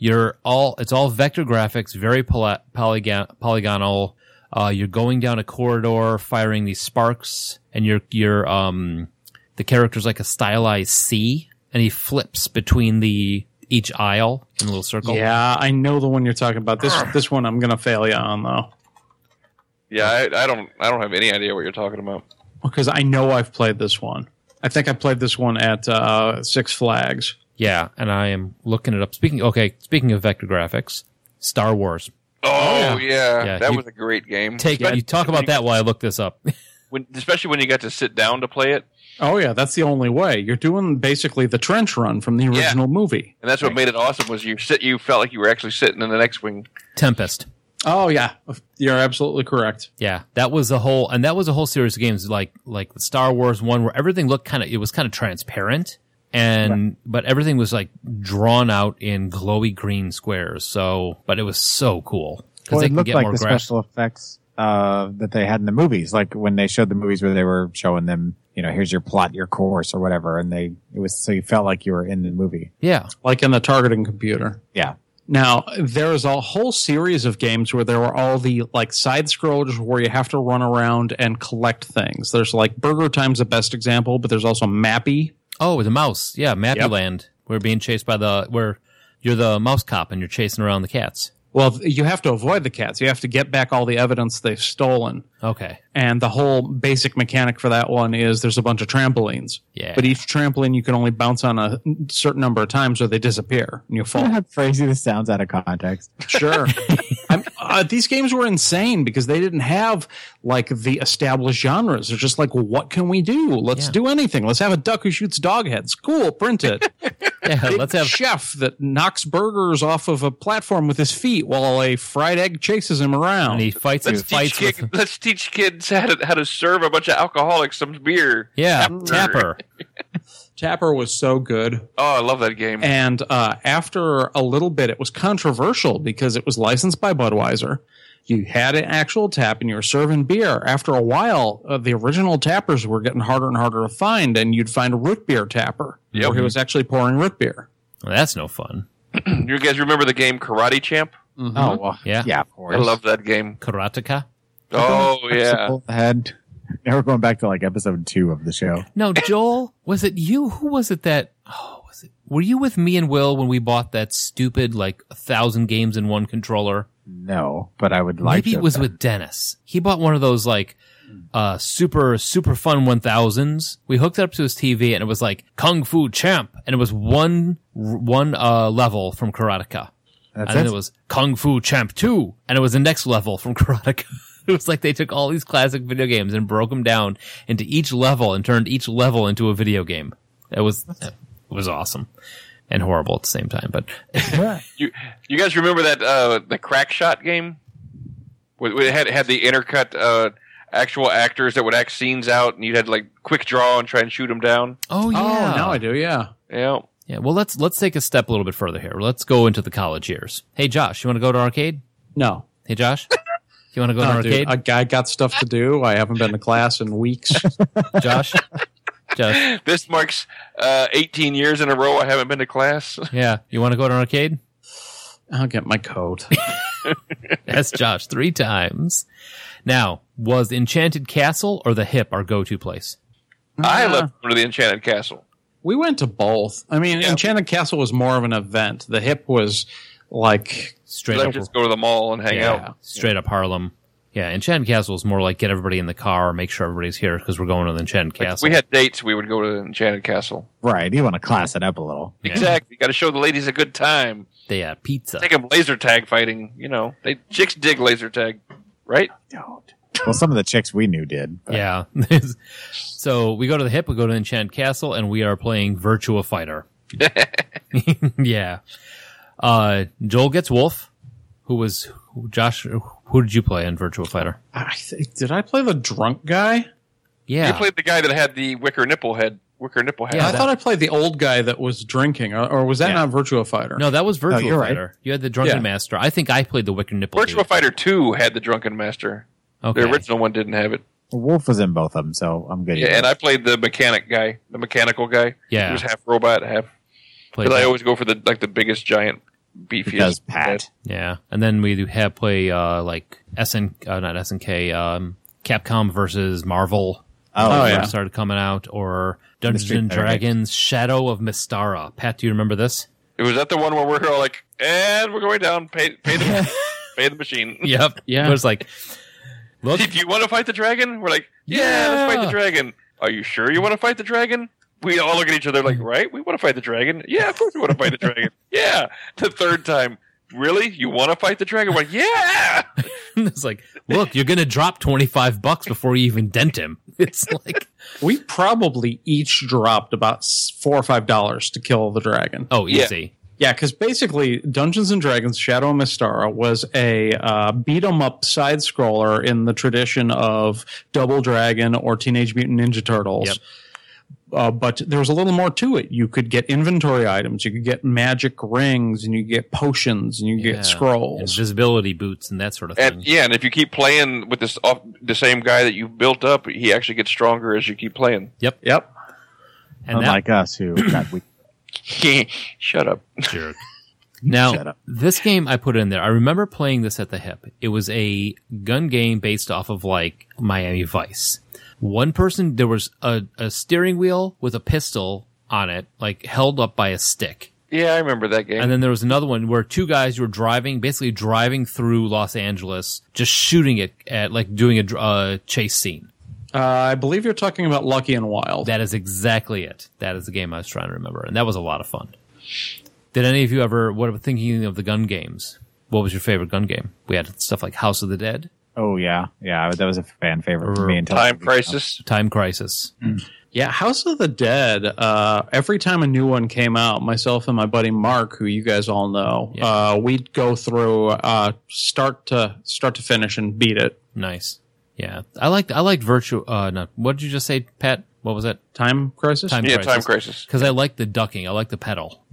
Speaker 3: You're all it's all vector graphics, very poly, polygon, polygonal. Uh, you're going down a corridor, firing these sparks, and your your um the character's like a stylized C, and he flips between the each aisle in a little circle.
Speaker 6: Yeah, I know the one you're talking about. This this one I'm gonna fail you on though,
Speaker 4: Yeah, I, I don't I don't have any idea what you're talking about.
Speaker 6: because I know I've played this one. I think I played this one at uh, Six Flags.
Speaker 3: yeah. And I am looking it up. Speaking okay, speaking of vector graphics, Star Wars.
Speaker 4: Oh yeah,
Speaker 3: Yeah,
Speaker 4: that
Speaker 3: you-
Speaker 4: was a great game.
Speaker 3: Take
Speaker 4: But
Speaker 3: you talk about that while I look this up. [laughs]
Speaker 4: when, especially when you got to sit down to play it,
Speaker 6: Oh yeah, that's the only way. You're doing basically the trench run from the original movie.
Speaker 4: and that's what made it awesome was you sit you felt like you were actually sitting in the next wing.
Speaker 3: Tempest.
Speaker 6: Oh yeah, you're absolutely correct.
Speaker 3: Yeah, that was a whole, and that was a whole series of games like like the Star Wars one, where everything looked kind of it was kind of transparent, and but everything was like drawn out in glowy green squares. So, but it was so cool
Speaker 5: well,
Speaker 3: they
Speaker 5: it
Speaker 3: can
Speaker 5: looked
Speaker 3: get
Speaker 5: like
Speaker 3: more
Speaker 5: the
Speaker 3: graph-
Speaker 5: special effects uh, that they had in the movies, like when they showed the movies where they were showing them, you know, here's your plot, your course, or whatever, and they it was so you felt like you were in the movie.
Speaker 3: Yeah.
Speaker 6: like in the targeting computer.
Speaker 5: Yeah,
Speaker 6: Now, there is a whole series of games where there were all the like side scrollers where you have to run around and collect things. There's like Burger Time's the best example, but there's also Mappy.
Speaker 3: Oh, the mouse. Yeah, Mappyland.
Speaker 6: Yep.
Speaker 3: Land. We're being chased by the where you're the mouse cop and you're chasing around the cats.
Speaker 6: Well, you have to avoid the cats. You have to get back all the evidence they've stolen.
Speaker 3: Okay. [laughs]
Speaker 6: And the whole basic mechanic for that one is there's a bunch of trampolines.
Speaker 3: Yeah.
Speaker 6: But each trampoline you can only bounce on a certain number of times or they disappear and you
Speaker 5: [laughs]
Speaker 6: fall.
Speaker 5: how crazy this sounds out of context.
Speaker 3: [laughs]
Speaker 6: Sure. I'm, uh, these games were insane because they didn't have like the established genres. They're just like, well, what can we do? Let's
Speaker 3: Yeah.
Speaker 6: do anything. Let's have a duck who shoots dog heads. Cool.
Speaker 3: [laughs]
Speaker 6: Print it.
Speaker 3: Yeah,
Speaker 6: Big
Speaker 3: let's have
Speaker 6: [laughs] chef that knocks burgers off of a platform with his feet while a fried egg chases him around.
Speaker 3: and he fights and
Speaker 4: Let's teach,
Speaker 3: fights
Speaker 4: kid,
Speaker 3: with
Speaker 4: let's teach kids how to, how to serve a bunch of alcoholics some beer.
Speaker 3: Yeah, Tapper.
Speaker 4: Tapper.
Speaker 6: Tapper was so good.
Speaker 4: Oh, I love that game.
Speaker 6: And uh, after a little bit, it was controversial because it was licensed by Budweiser. You had an actual tap and you were serving beer. After a while, uh, the original tappers were getting harder and harder to find, and you'd find a root beer tapper
Speaker 4: Yep.
Speaker 6: where he was actually pouring root beer.
Speaker 3: Well, that's no fun.
Speaker 4: you guys remember the game Karate Champ?
Speaker 5: Oh, well,
Speaker 3: Mm-hmm. Yeah.
Speaker 5: yeah, of
Speaker 4: I
Speaker 5: course.
Speaker 4: love that game.
Speaker 3: Karateka?
Speaker 4: Oh yeah.
Speaker 5: Pull the head. Now we're going back to like episode two of the show.
Speaker 3: No, Joel, was it you? Who was it that? Oh, was it? Were you with me and Will when we bought that stupid like a thousand games in one controller?
Speaker 5: No, but I would like.
Speaker 3: Maybe
Speaker 5: to
Speaker 3: it was
Speaker 5: have-
Speaker 3: with Dennis. He bought one of those like uh super super fun 1000s. We hooked it up to his TV and it was like Kung Fu Champ and it was one one uh level from Karateka.
Speaker 5: That's
Speaker 3: and then
Speaker 5: it.
Speaker 3: it was Kung Fu Champ 2, and it was the next level from [laughs] Karateka. It was like they took all these classic video games and broke them down into each level and turned each level into a video game. It was it was awesome and horrible at the same time. But
Speaker 4: You you guys remember that uh, the crack shot game? Wh- wh- It had had the intercut uh, actual actors that would act scenes out, and you'd had like quick draw and try and shoot them down.
Speaker 3: oh yeah,
Speaker 6: Oh, now I do, yeah.
Speaker 4: Yeah.
Speaker 3: yeah. Well, let's let's take a step a little bit further here. Let's go into the college years. Hey Josh, you want to go to arcade?
Speaker 6: No.
Speaker 3: Hey Josh, you want to go to
Speaker 6: No, dude,
Speaker 3: arcade?
Speaker 6: I, I got stuff to do. I haven't been to class in
Speaker 3: [laughs]
Speaker 6: weeks. [laughs]
Speaker 3: Josh, Josh,
Speaker 4: This marks uh, 18 years in a row I haven't been
Speaker 3: [laughs]
Speaker 4: to class.
Speaker 3: yeah, you want to go to arcade?
Speaker 6: I'll get my coat.
Speaker 3: That's Josh three times. Now, was Enchanted Castle or the Hip our go-to place?
Speaker 4: I love going to the Enchanted Castle.
Speaker 6: We went to both. I mean, Enchanted Castle was more of an event. The hip was like,
Speaker 3: Straight
Speaker 4: Let's
Speaker 3: up,
Speaker 4: just go to the mall and hang
Speaker 3: yeah,
Speaker 4: out.
Speaker 3: straight up Harlem. Yeah, Enchanted Castle is more like get everybody in the car, make sure everybody's here because we're going to the Enchanted Castle.
Speaker 4: We had dates. We would go to the Enchanted Castle.
Speaker 5: right. You want to class it up a little.
Speaker 4: Exactly. You got to show the ladies a good time.
Speaker 3: they had pizza.
Speaker 4: Take them laser tag fighting. You know, they chicks dig laser tag, right?
Speaker 5: Don't. Well, some of the chicks we knew did.
Speaker 3: [laughs]
Speaker 5: but-
Speaker 3: Yeah. so we go to the hip, we go to Enchanted Castle, and we are playing Virtua
Speaker 4: [laughs]
Speaker 3: Fighter. [laughs] yeah. Uh, Joel gets Wolf, who was who- Josh. Who did you play in Virtua Fighter?
Speaker 6: I think, did I play the drunk guy?
Speaker 3: Yeah,
Speaker 4: You played the guy that had the wicker nipple head. Wicker nipple head.
Speaker 3: Yeah,
Speaker 6: I thought I played the old guy that was drinking, or, or was that not Virtua Fighter?
Speaker 3: No, that was Virtual
Speaker 5: you're right.
Speaker 3: Fighter. You had the Drunken
Speaker 6: Yeah.
Speaker 3: Master. I think I played the Wicked Nipple.
Speaker 4: Virtua
Speaker 3: dude.
Speaker 4: Fighter 2 had the Drunken Master.
Speaker 3: Okay.
Speaker 4: The original one didn't have it.
Speaker 5: Well, Wolf was in both of them, so I'm good.
Speaker 4: Yeah, and I played the mechanic guy, the mechanical guy.
Speaker 3: Yeah.
Speaker 4: He was half robot, half.
Speaker 3: Played
Speaker 4: But I
Speaker 3: that.
Speaker 4: always go for the like the biggest giant beefiest.
Speaker 5: because Pat.
Speaker 3: Yeah, and then we do have play uh, like SN, uh, not SNK, um, Capcom versus Marvel.
Speaker 5: Oh,
Speaker 3: when it
Speaker 6: yeah.
Speaker 3: first started coming out or Dungeons
Speaker 5: Mystery
Speaker 3: and
Speaker 5: Pirate.
Speaker 3: Dragons: Shadow of Mistara. Pat, do you remember
Speaker 4: [laughs]
Speaker 3: this?
Speaker 4: It was that the one where we're all like, and we're going down, pay, pay,
Speaker 3: [laughs]
Speaker 4: the, pay the machine.
Speaker 3: Yep.
Speaker 6: Yeah.
Speaker 3: It was like, look, [laughs]
Speaker 4: If you want to fight the dragon, we're like, yeah, let's fight
Speaker 3: Yeah.
Speaker 4: the dragon. Are you sure you want to fight the dragon? We all look at each other like, right? We want to fight the dragon. Yeah, of course we want to fight
Speaker 3: [laughs]
Speaker 4: the dragon. Yeah. The third time, really? You want to fight the dragon? We're like, yeah.
Speaker 3: it's like, look, you're gonna drop twenty five bucks before you even dent him. [laughs] It's like,
Speaker 6: We probably each dropped about s- four or five dollars to kill the dragon.
Speaker 3: oh,
Speaker 4: Yeah.
Speaker 3: easy.
Speaker 6: Yeah, because basically, Dungeons and Dragons: Shadow of Mistara was a uh, beat 'em up side scroller in the tradition of Double Dragon or Teenage Mutant Ninja Turtles.
Speaker 3: Yep.
Speaker 6: Uh, but there was a little more to it. You could get inventory items, you could get magic rings, and you could get potions, and you could
Speaker 3: Yeah.
Speaker 6: get scrolls.
Speaker 3: invisibility boots, and that sort of thing.
Speaker 4: And yeah, and if you keep playing with this off, the same guy that you've built up, he actually gets stronger as you keep playing. [laughs]
Speaker 6: yep.
Speaker 3: And that
Speaker 5: Unlike us, who God, we
Speaker 4: Shut up.
Speaker 3: jerk. [laughs] Now,
Speaker 5: up.
Speaker 3: this game I put in there. I remember playing this at the hip. It was a gun game based off of like Miami Vice. One person, there was a, a steering wheel with a pistol on it, like held up by a stick.
Speaker 4: Yeah, I remember that game.
Speaker 3: And then there was another one where two guys were driving, basically driving through Los Angeles, just shooting it at like doing a dr- uh, chase scene.
Speaker 6: Uh, I believe you're talking about Lucky and Wild.
Speaker 3: That is exactly it. That is the game I was trying to remember, and that was a lot of fun. Did any of you ever? What about thinking of the gun games? What was your favorite gun game? We had stuff like House of the Dead,
Speaker 5: Oh yeah, yeah. That was a fan favorite for me. Until
Speaker 4: Time Crisis.
Speaker 3: Time Crisis.
Speaker 6: Yeah, House of the Dead. Uh, every time a new one came out, myself and my buddy Mark, who you guys all know,
Speaker 3: Yeah.
Speaker 6: uh, we'd go through uh, start to start to finish and beat it.
Speaker 3: Nice. Yeah, I liked. I liked Virtue. Uh, no, what did you just say, Pat? What was it?
Speaker 6: Time Crisis.
Speaker 3: Time
Speaker 4: Yeah,
Speaker 3: Crisis.
Speaker 4: Time Crisis.
Speaker 3: Because I like the ducking. I like the pedal,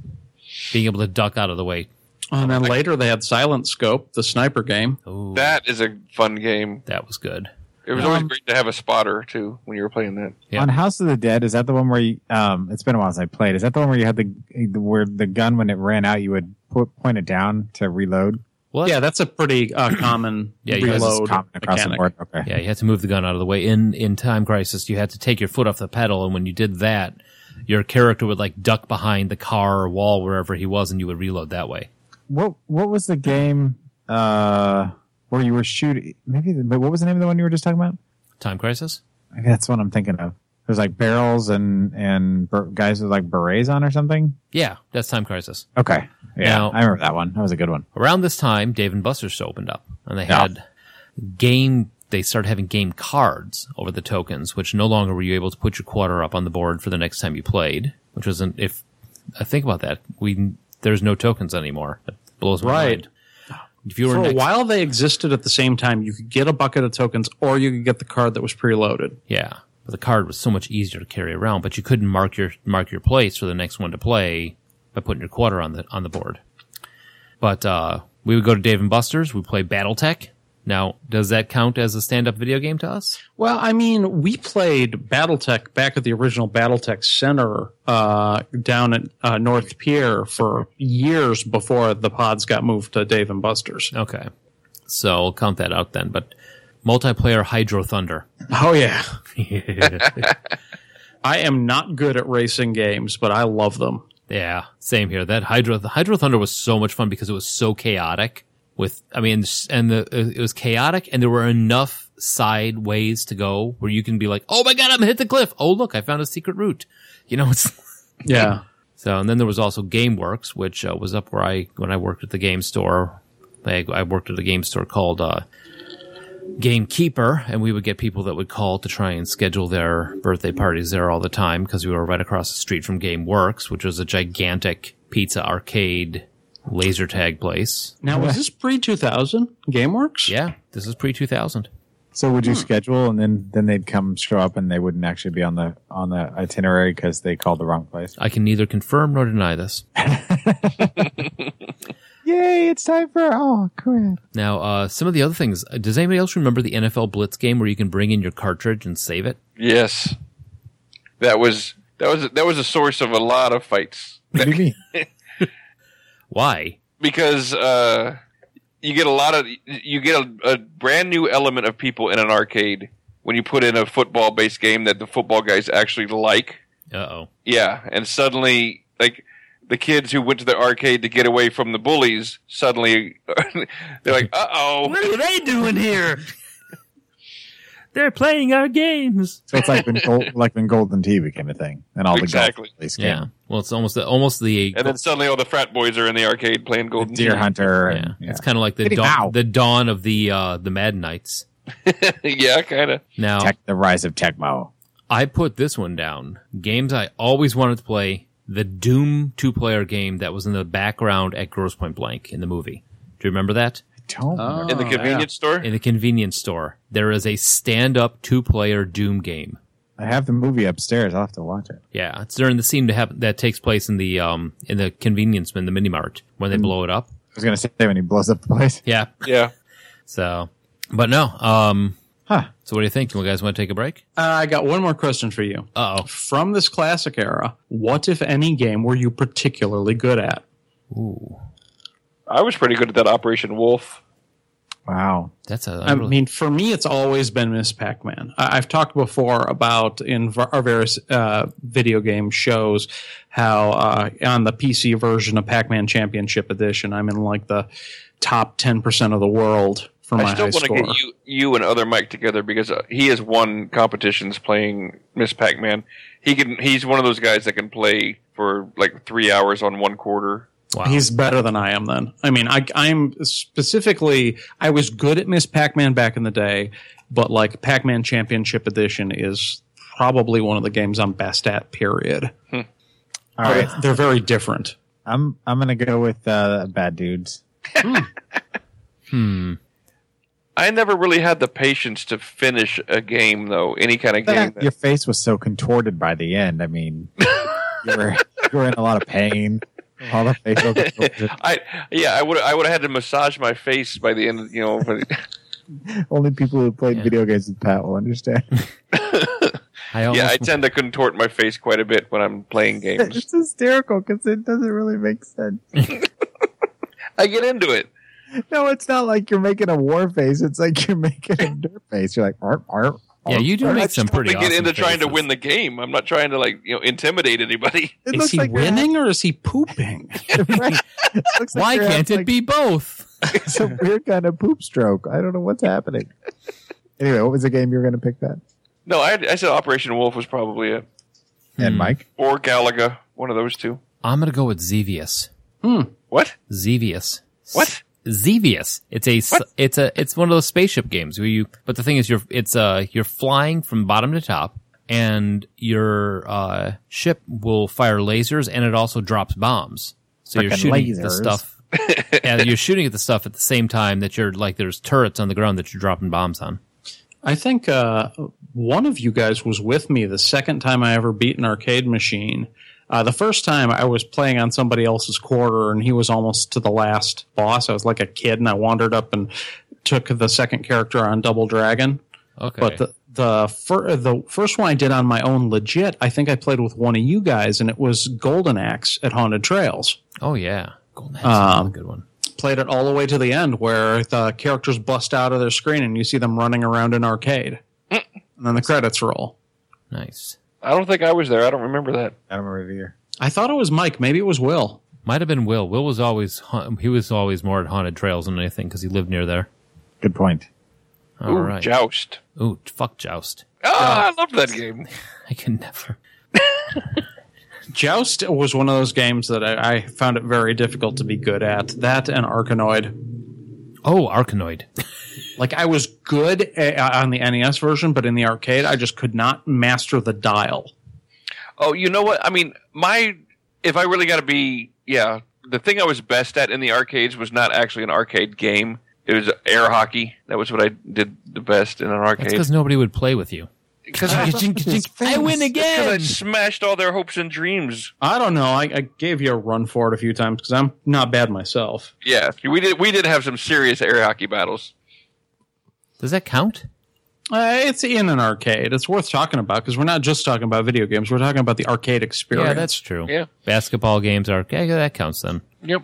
Speaker 3: being able to duck out of the way.
Speaker 6: And then later they had Silent Scope, the sniper game.
Speaker 3: Ooh,
Speaker 4: That is a fun game.
Speaker 3: that was good.
Speaker 4: It was
Speaker 3: Um,
Speaker 4: always great to have a spotter too when you were playing that.
Speaker 3: Yeah.
Speaker 5: On House of the Dead, is that the one where you? Um, it's been a while since I played. Is that the one where you had the the- where the gun when it ran out, you would put, point it down to reload?
Speaker 3: What?
Speaker 6: Yeah, that's a pretty uh, common
Speaker 3: Yeah, you guys-
Speaker 6: reload
Speaker 5: It's common across
Speaker 6: mechanic.
Speaker 5: the board. Okay.
Speaker 3: Yeah, you had to move the gun out of the way. In in Time Crisis, you had to take your foot off the pedal, and when you did that, your character would like duck behind the car or wall wherever he was, and you would reload that way.
Speaker 5: What What was the game? Uh, where you were shooting? Maybe. the- But what was the name of the one you were just talking about?
Speaker 3: Time Crisis.
Speaker 5: Maybe that's what I'm thinking of. It was like barrels and and ber- guys with like berets on or something.
Speaker 3: Yeah, that's Time Crisis.
Speaker 5: Okay. Yeah,
Speaker 3: Now-
Speaker 5: I remember that one. That was a good one.
Speaker 3: Around this time, Dave and Buster's opened up, and they had game. They started having game cards over the tokens, which no longer were you able to put your quarter up on the board for the next time you played. Which wasn't if I think about that, we there's no tokens anymore. That blows my
Speaker 6: Right.
Speaker 3: mind. If you were
Speaker 6: For a
Speaker 3: next-
Speaker 6: while, they existed at the same time. You could get a bucket of tokens, or you could get the card that was preloaded.
Speaker 3: Yeah. But the card was so much easier to carry around, but you couldn't mark your mark your place for the next one to play by putting your quarter on the on the board. But uh, we would go to Dave and Buster's. We play BattleTech. Now, does that count as a stand-up video game to us?
Speaker 6: Well, I mean, we played BattleTech back at the original BattleTech Center uh, down at uh, North Pier for years before the pods got moved to Dave and Buster's.
Speaker 3: Okay, so I'll count that out then. But multiplayer Hydro Thunder. [laughs]
Speaker 6: Oh yeah,
Speaker 3: yeah,
Speaker 6: I am not good at racing games, but I love them.
Speaker 3: same here. That Hydro the Hydro Thunder was so much fun because it was so chaotic. With I mean, s- and the uh, it was chaotic, and there were enough side ways to go where you can be like, oh my god, I'm gonna hit the cliff. Oh look, I found a secret route. You know, [laughs] it's
Speaker 6: Yeah,
Speaker 3: so. And then there was also GameWorks, which uh, was up where I when I worked at the game store. I, I worked at a game store called uh, Gamekeeper, and we would get people that would call to try and schedule their birthday parties there all the time because we were right across the street from GameWorks, which was a gigantic pizza arcade laser tag place.
Speaker 6: now was this pre two thousand GameWorks?
Speaker 3: Yeah, this is pre two thousand.
Speaker 5: So
Speaker 4: Hmm.
Speaker 5: would you schedule and then then they'd come show up and they wouldn't actually be on the on the itinerary because they called the wrong place.
Speaker 3: I can neither confirm nor deny this.
Speaker 5: Yay! It's time for oh crap.
Speaker 3: Now, uh, some of the other things. uh, Does anybody else remember the NFL Blitz game where you can bring in your cartridge and save it?
Speaker 4: Yes, that was that was that was a source of a lot of fights
Speaker 5: What do you mean?
Speaker 3: Why?
Speaker 4: because uh, you get a lot of you get a, a brand new element of people in an arcade when you put in a football based game that the football guys actually like.
Speaker 3: Uh oh.
Speaker 4: Yeah, and suddenly, like the kids who went to the arcade to get away from the bullies, suddenly [laughs] they're like, "Uh oh,
Speaker 3: What are they doing here? [laughs] They're playing our games.
Speaker 5: So it's like when gold, [laughs] like when Golden Tee became a thing and all
Speaker 4: Exactly.
Speaker 5: the golf
Speaker 3: Yeah. Well, it's almost the, almost the,
Speaker 4: And then suddenly, all the frat boys are in the arcade playing Golden
Speaker 5: Deer
Speaker 4: [laughs] Tee.
Speaker 5: Hunter.
Speaker 3: yeah.
Speaker 5: And, yeah.
Speaker 3: It's kind of like the
Speaker 5: Get him
Speaker 3: dawn,
Speaker 5: out.
Speaker 3: the dawn of the uh, the Mad Knights.
Speaker 4: yeah, kind of.
Speaker 3: Now
Speaker 5: Tech, the rise of Tecmo.
Speaker 3: I put this one down. Games I always wanted to play. The Doom two player game that was in the background at Gross Point Blank in the movie. Do you remember that?
Speaker 5: I don't. remember.
Speaker 4: In the
Speaker 6: Oh,
Speaker 4: convenience store,
Speaker 3: In the convenience store, there is a stand up two player Doom game.
Speaker 5: I have the movie upstairs. I'll have to watch it.
Speaker 3: Yeah, it's during the scene to happen that takes place in the um in the convenience in the mini mart when they
Speaker 5: Mm.
Speaker 3: blow it up.
Speaker 5: I was gonna say when he blows up the place. [laughs]
Speaker 3: Yeah.
Speaker 4: Yeah.
Speaker 3: So, but no. Um.
Speaker 5: Huh.
Speaker 3: So what do you think? You guys want to take a break?
Speaker 6: Uh, I got one more question for you.
Speaker 3: Uh oh.
Speaker 6: From this classic era, what, if any, game were you particularly good at?
Speaker 3: Ooh,
Speaker 4: I was pretty good at that Operation Wolf.
Speaker 5: Wow.
Speaker 3: that's a.
Speaker 6: I mean, for me, it's always been Miss Pac Man. I've talked before about in v- our various uh, video game shows how uh, on the PC version of Pac Man Championship Edition, I'm in like the top 10% of the world for my
Speaker 4: I still
Speaker 6: high
Speaker 4: want to
Speaker 6: score.
Speaker 4: get you, you and other Mike together because uh, he has won competitions playing Miss Pac-Man. He can. He's one of those guys that can play for like three hours on one quarter.
Speaker 3: wow.
Speaker 6: He's better than I am then. I mean, I, I'm specifically, I was good at Miss Pac Man back in the day, but like Pac Man Championship Edition is probably one of the games I'm best at, period.
Speaker 5: All
Speaker 4: [laughs]
Speaker 5: right.
Speaker 6: They're very different.
Speaker 5: I'm I'm gonna go with uh, bad dudes.
Speaker 3: Hmm.
Speaker 4: I never really had the patience to finish a game though, any kind of game. [laughs]
Speaker 5: Your face was so contorted by the end. I mean, you were you were in a lot of pain. All the facial contortions.
Speaker 4: I yeah, I would I would have had to massage my face by the end. Of, you know,
Speaker 6: [laughs]
Speaker 4: but-
Speaker 5: Only people who played video games with Pat will understand.
Speaker 3: I almost,
Speaker 4: [laughs] yeah, I tend to contort my face quite a bit when I'm playing
Speaker 6: [laughs]
Speaker 4: games.
Speaker 5: it's hysterical because it doesn't really make sense.
Speaker 4: I get into it.
Speaker 5: No, it's not like you're making a war face. It's like you're making a dirt face. You're like, arp, arp.
Speaker 3: yeah, you do
Speaker 5: arp."
Speaker 3: make some
Speaker 4: I
Speaker 3: pretty.
Speaker 4: get
Speaker 3: awesome
Speaker 4: into trying to
Speaker 3: faces.
Speaker 4: win the game. I'm not trying to like you know intimidate anybody. [laughs]
Speaker 5: It
Speaker 6: Is he
Speaker 5: you're
Speaker 6: winning or is he pooping?
Speaker 5: having- right. It looks like
Speaker 3: Why
Speaker 5: you're
Speaker 3: can't
Speaker 5: having,
Speaker 3: it be both?
Speaker 5: like, some weird kind of poop stroke? I don't know what's happening. Anyway, what was the game you were going to pick that?
Speaker 4: No, I, I said Operation Wolf was probably it,
Speaker 3: Hmm.
Speaker 5: And Mike?
Speaker 4: or Galaga, one of those two.
Speaker 3: I'm gonna go with Xevious.
Speaker 4: What?
Speaker 3: Xevious.
Speaker 4: What?
Speaker 3: Xevious. It's a s- it's a it's one of those spaceship games where you. But the thing is, you're it's uh you're flying from bottom to top, and your uh ship will fire lasers, and it also drops bombs. So you're
Speaker 5: Frickin'
Speaker 3: shooting at the
Speaker 5: lasers.
Speaker 4: [laughs]
Speaker 3: stuff. and you're shooting at the stuff at the same time that you're like there's turrets on the ground that you're dropping bombs on.
Speaker 6: I think uh, one of you guys was with me the second time I ever beat an arcade machine. Uh, the first time I was playing on somebody else's quarter and he was almost to the last boss. I was like a kid and I wandered up and took the second character on Double Dragon.
Speaker 3: Okay.
Speaker 6: But the the, fir- the first one I did on my own legit, I think I played with one of you guys and it was Golden Axe at Haunted Trails
Speaker 3: oh yeah, Golden Axe
Speaker 4: Um,
Speaker 3: is another good one.
Speaker 6: played it all the way to the end where the characters bust out of their screen and you see them running around an arcade. and then the credits roll.
Speaker 3: Nice.
Speaker 4: I don't think I was there. I don't remember that.
Speaker 5: I don't remember the year.
Speaker 6: I thought it was Mike. Maybe it was Will.
Speaker 3: Might have been Will. Will was always haun- he was always more at haunted trails than anything because he lived near there.
Speaker 5: Good point.
Speaker 3: All
Speaker 4: Ooh,
Speaker 3: right.
Speaker 4: Joust.
Speaker 3: Ooh, fuck Joust. [laughs]
Speaker 4: Oh, I loved that game.
Speaker 3: I can never.
Speaker 6: Joust was one of those games that I, I found it very difficult to be good at. That and Arkanoid.
Speaker 3: Oh, Arkanoid.
Speaker 6: Like I was good a- on the NES version, but in the arcade, I just could not master the dial.
Speaker 4: Oh, you know what? I mean, my if I really got to be, yeah, the thing I was best at in the arcades was not actually an arcade game. It was air hockey. That was what I did the best in an
Speaker 3: That's
Speaker 4: arcade.
Speaker 3: because nobody would play with
Speaker 4: [laughs]
Speaker 3: you.
Speaker 4: Because I,
Speaker 3: I win
Speaker 4: I
Speaker 3: again.
Speaker 4: smashed all their hopes and dreams.
Speaker 6: I don't know. I, I gave you a run for it a few times because I'm not bad myself.
Speaker 4: Yeah, we did. We did have some serious air hockey battles.
Speaker 3: Does that count?
Speaker 6: Uh, it's in an arcade. It's worth talking about because we're not just talking about video games. We're talking about the arcade experience.
Speaker 3: Yeah, that's true.
Speaker 4: Yeah.
Speaker 3: Basketball games are yeah, yeah, that counts then.
Speaker 4: Yep.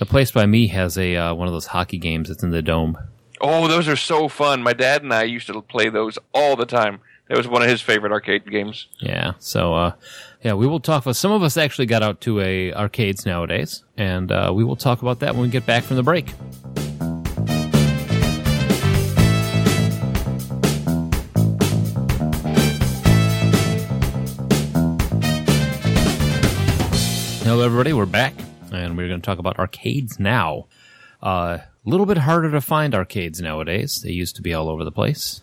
Speaker 3: The place by me has a uh, one of those hockey games that's in the dome.
Speaker 4: Oh, those are so fun. My dad and I used to play those all the time. That was one of his favorite arcade games.
Speaker 3: Yeah. So uh yeah, we will talk about some of us actually got out to a arcades nowadays and uh, we will talk about that when we get back from the break. Hello, everybody. We're back, and we're going to talk about arcades now. A uh, little bit harder to find arcades nowadays. They used to be all over the place.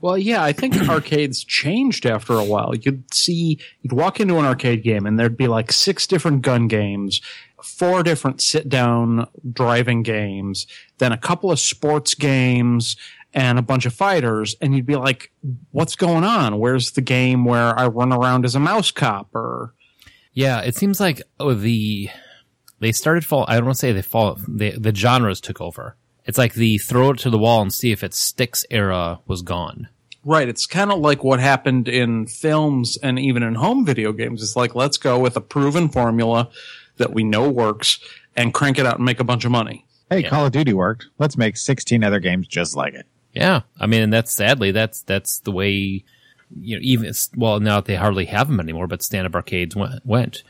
Speaker 6: Well, yeah, I [clears throat] think arcades changed after a while. You'd see, you'd walk into an arcade game and there'd be like six different gun games, four different sit down driving games, then a couple of sports games, and a bunch of fighters, and you'd be like, "What's going on? Where's the game where I run around as a mouse cop?" Or
Speaker 3: Yeah, it seems like oh, the they started fall. I don't want to say they fall. They, the genres took over. It's like the throw it to the wall and see if it sticks era was gone.
Speaker 6: right, it's kind of like what happened in films and even in home video games. It's like let's go with a proven formula that we know works and crank it out and make a bunch of money.
Speaker 5: Hey, Call of Duty worked. Let's make 16 other games just like it.
Speaker 3: Yeah, I mean, and that's sadly that's that's the way you know even well now they hardly have them anymore. But stand up arcades went went,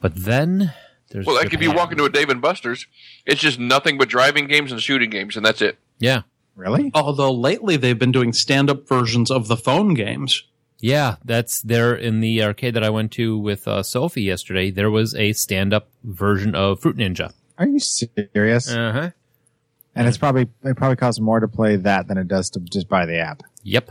Speaker 3: but then there's
Speaker 4: Well, like if you
Speaker 3: Japan.
Speaker 4: walk into a Dave and Buster's, it's just nothing but driving games and shooting games, and that's it.
Speaker 3: yeah
Speaker 5: Really?
Speaker 6: Although lately they've been doing stand-up versions of the phone games.
Speaker 3: yeah that's there in the arcade that I went to with uh, Sophie yesterday. There was a stand up version of Fruit Ninja.
Speaker 5: Are you serious?
Speaker 3: Uh huh.
Speaker 5: and it's probably it probably costs more to play that than it does to just buy the app.
Speaker 3: Yep.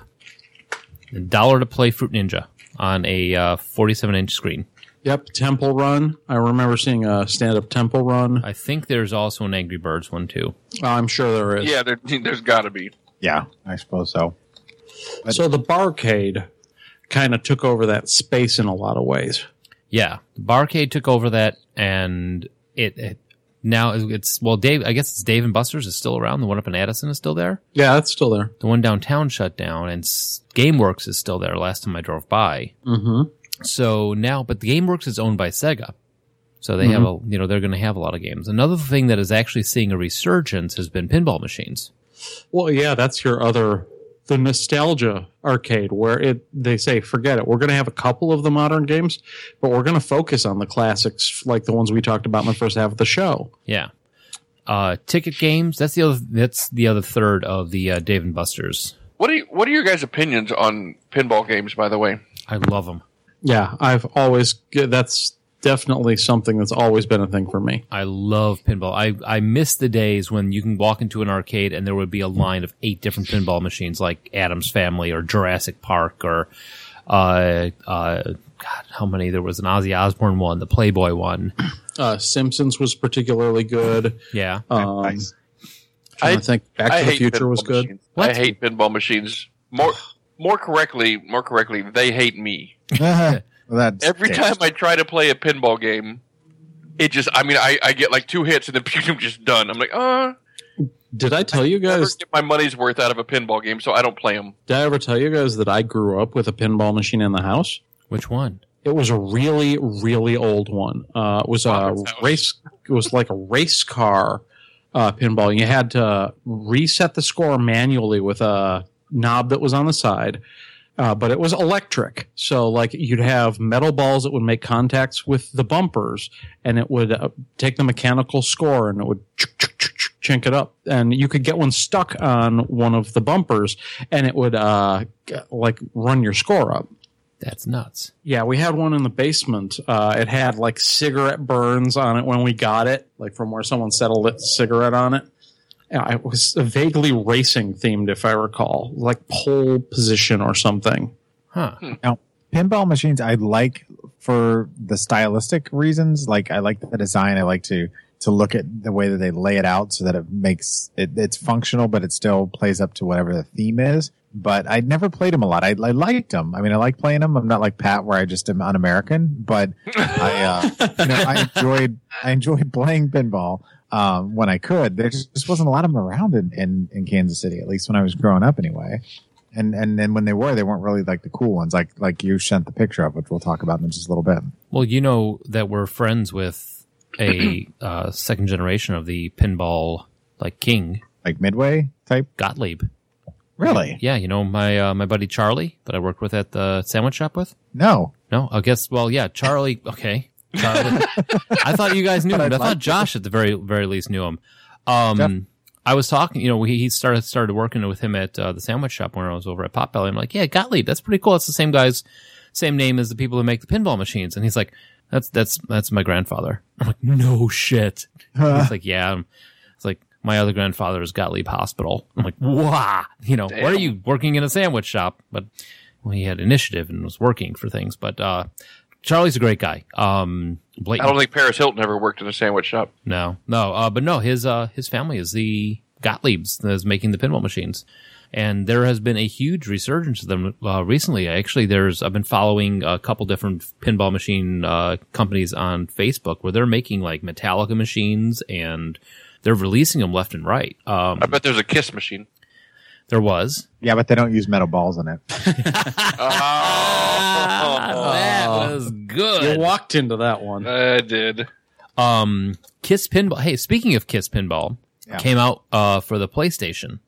Speaker 3: A dollar to play Fruit Ninja on a uh, 47 inch screen.
Speaker 6: Yep, Temple Run. I remember seeing a stand-up Temple Run.
Speaker 3: I think there's also an Angry Birds one too.
Speaker 6: Oh, I'm sure there is.
Speaker 4: Yeah, there, [laughs] there's got to be.
Speaker 5: Yeah, I suppose so.
Speaker 6: So the barcade kind of took over that space in a lot of ways.
Speaker 3: Yeah, the Barcade took over that, and it, it now it's well, Dave. I guess it's Dave and Buster's is still around. The one up in Addison is still there.
Speaker 6: Yeah, it's still there.
Speaker 3: The one downtown shut down, and S- GameWorks is still there. Last time I drove by,
Speaker 6: hmm
Speaker 3: so now, but the GameWorks is owned by Sega, so they have a you know they're going to have a lot of games. Another thing that is actually seeing a resurgence has been pinball machines.
Speaker 6: Well, yeah, that's your other the nostalgia arcade where it they say forget it. We're going to have a couple of the modern games, but we're going to focus on the classics like the ones we talked about in the first half of the show.
Speaker 3: Yeah. Uh, ticket games. That's the other. That's the other third of the uh, Dave and Buster's.
Speaker 4: What are you, what are your guys' opinions on pinball games? By the way,
Speaker 3: I love them.
Speaker 6: Yeah, I've always that's definitely something that's always been a thing for me.
Speaker 3: I love pinball. I, I miss the days when you can walk into an arcade and there would be a line of eight different pinball machines like Adam's Family or Jurassic Park or, uh, uh, God, how many? There was an Ozzy Osbourne one, the Playboy one.
Speaker 6: Uh, Simpsons was particularly good.
Speaker 3: Yeah.
Speaker 6: Um,
Speaker 5: Nice.
Speaker 6: I think Back
Speaker 4: I
Speaker 6: to the
Speaker 4: hate
Speaker 6: Future was
Speaker 4: pinball
Speaker 6: good.
Speaker 4: machines.
Speaker 3: What?
Speaker 4: I hate pinball machines. More more correctly, more correctly, they hate me.
Speaker 5: [laughs] well, that's
Speaker 4: Every time I try to play a pinball game, it just I mean I, I get like two hits and then [laughs] I'm just done. I'm like, uh
Speaker 6: Did I tell you
Speaker 4: never
Speaker 6: guys?
Speaker 4: get my money's worth out of a pinball game, so I don't play them.
Speaker 6: Did I ever tell you guys that I grew up with a pinball machine in the house?
Speaker 3: Which one?
Speaker 6: It was a really, really old one. Uh, it was a
Speaker 4: Father's house.
Speaker 6: race. It was like a race car uh, pinball. You had to reset the score manually with a knob that was on the side, uh, but it was electric. So, like, you'd have metal balls that would make contacts with the bumpers, and it would uh, take the mechanical score and it would chink, chink, chink, chink, chink it up. And you could get one stuck on one of the bumpers, and it would uh, g- like run your score up.
Speaker 3: That's nuts.
Speaker 6: Yeah, we had one in the basement. Uh, it had like cigarette burns on it when we got it, like from where someone set a lit cigarette on it. Yeah, it was vaguely racing themed, if I recall, like pole position or something.
Speaker 3: Huh.
Speaker 5: Now, pinball machines, I like for the stylistic reasons. Like, I like the design. I like to to look at the way that they lay it out so that it makes it, it's functional, but it still plays up to whatever the theme is. But I never played them a lot. I, I liked them. I mean, I like playing them. I'm not like Pat, where I just am un-American. But I, uh, you know, I enjoyed I enjoyed playing pinball um, when I could. There just, just wasn't a lot of them around in, in in Kansas City, at least when I was growing up, anyway and and then when they were, they weren't really like the cool ones, like like you sent the picture of, which we'll talk about in just a little bit.
Speaker 3: Well, you know that we're friends with a uh, second generation of the pinball like king
Speaker 5: Like midway type,
Speaker 3: Gottlieb.
Speaker 5: really?
Speaker 3: Yeah, you know my uh, my buddy Charlie that I worked with at the sandwich shop with.
Speaker 5: No,
Speaker 3: No, I guess. Well, yeah, Charlie. Okay, Charlie. I thought you guys knew him. but I thought Josh at the very very least knew him. Um, I was talking. You know, he he started started working with him at uh, the sandwich shop when I was over at Potbelly. I'm like, yeah, Gottlieb. That's pretty cool. It's the same guys, same name as the people that make the pinball machines. And he's like, that's that's that's my grandfather. I'm like, no shit. He's like, yeah. I'm, it's like my other grandfather is Gottlieb Hospital. I'm like, wow. You know, why are you working in a sandwich shop? But well, he had initiative and was working for things. But uh, Charlie's a great guy. Um, Blake,
Speaker 4: I don't think Paris Hilton ever worked in a sandwich shop.
Speaker 3: no, no, uh, but no, his uh, his family is the Gottlieb's that is making the pinball machines. And there has been a huge resurgence of them uh, recently. Actually, there's I've been following a couple different pinball machine uh, companies on Facebook where they're making like Metallica machines and they're releasing them left and right. Um,
Speaker 4: I bet there's a kiss
Speaker 6: [laughs]
Speaker 4: machine.
Speaker 3: there was
Speaker 5: Yeah, but they don't use metal balls in it.
Speaker 4: Oh.
Speaker 3: Oh,
Speaker 6: Ah,
Speaker 3: that was
Speaker 6: You
Speaker 3: good.
Speaker 6: walked into that one.
Speaker 4: I did.
Speaker 3: Um, Kiss Pinball. Hey, speaking of Kiss Pinball, came out uh, for the PlayStation.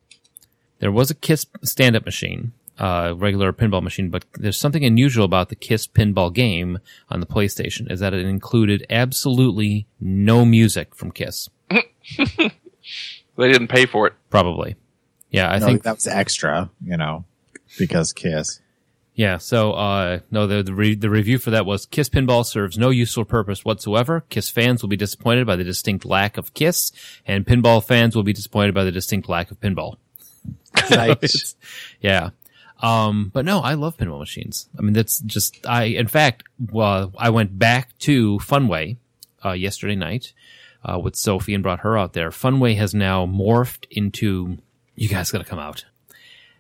Speaker 3: There was a Kiss stand up machine, uh, regular pinball machine, but there's something unusual about the Kiss pinball game on the PlayStation is that it included absolutely no music from Kiss.
Speaker 4: They didn't pay for it.
Speaker 3: Probably. Yeah, I
Speaker 5: no,
Speaker 3: think
Speaker 5: that was extra, you know, because Kiss.
Speaker 3: Yeah. So, uh, no, the the, re- the review for that was Kiss Pinball serves no useful purpose whatsoever. Kiss fans will be disappointed by the distinct lack of Kiss, and pinball fans will be disappointed by the distinct lack of pinball.
Speaker 5: Yikes.
Speaker 3: Yeah. Um, but no, I love pinball machines. I mean, that's just, I, in fact, uh, I went back to Funway, uh, yesterday night, uh, with Sophie and brought her out there. Funway has now morphed into, you guys gotta come out.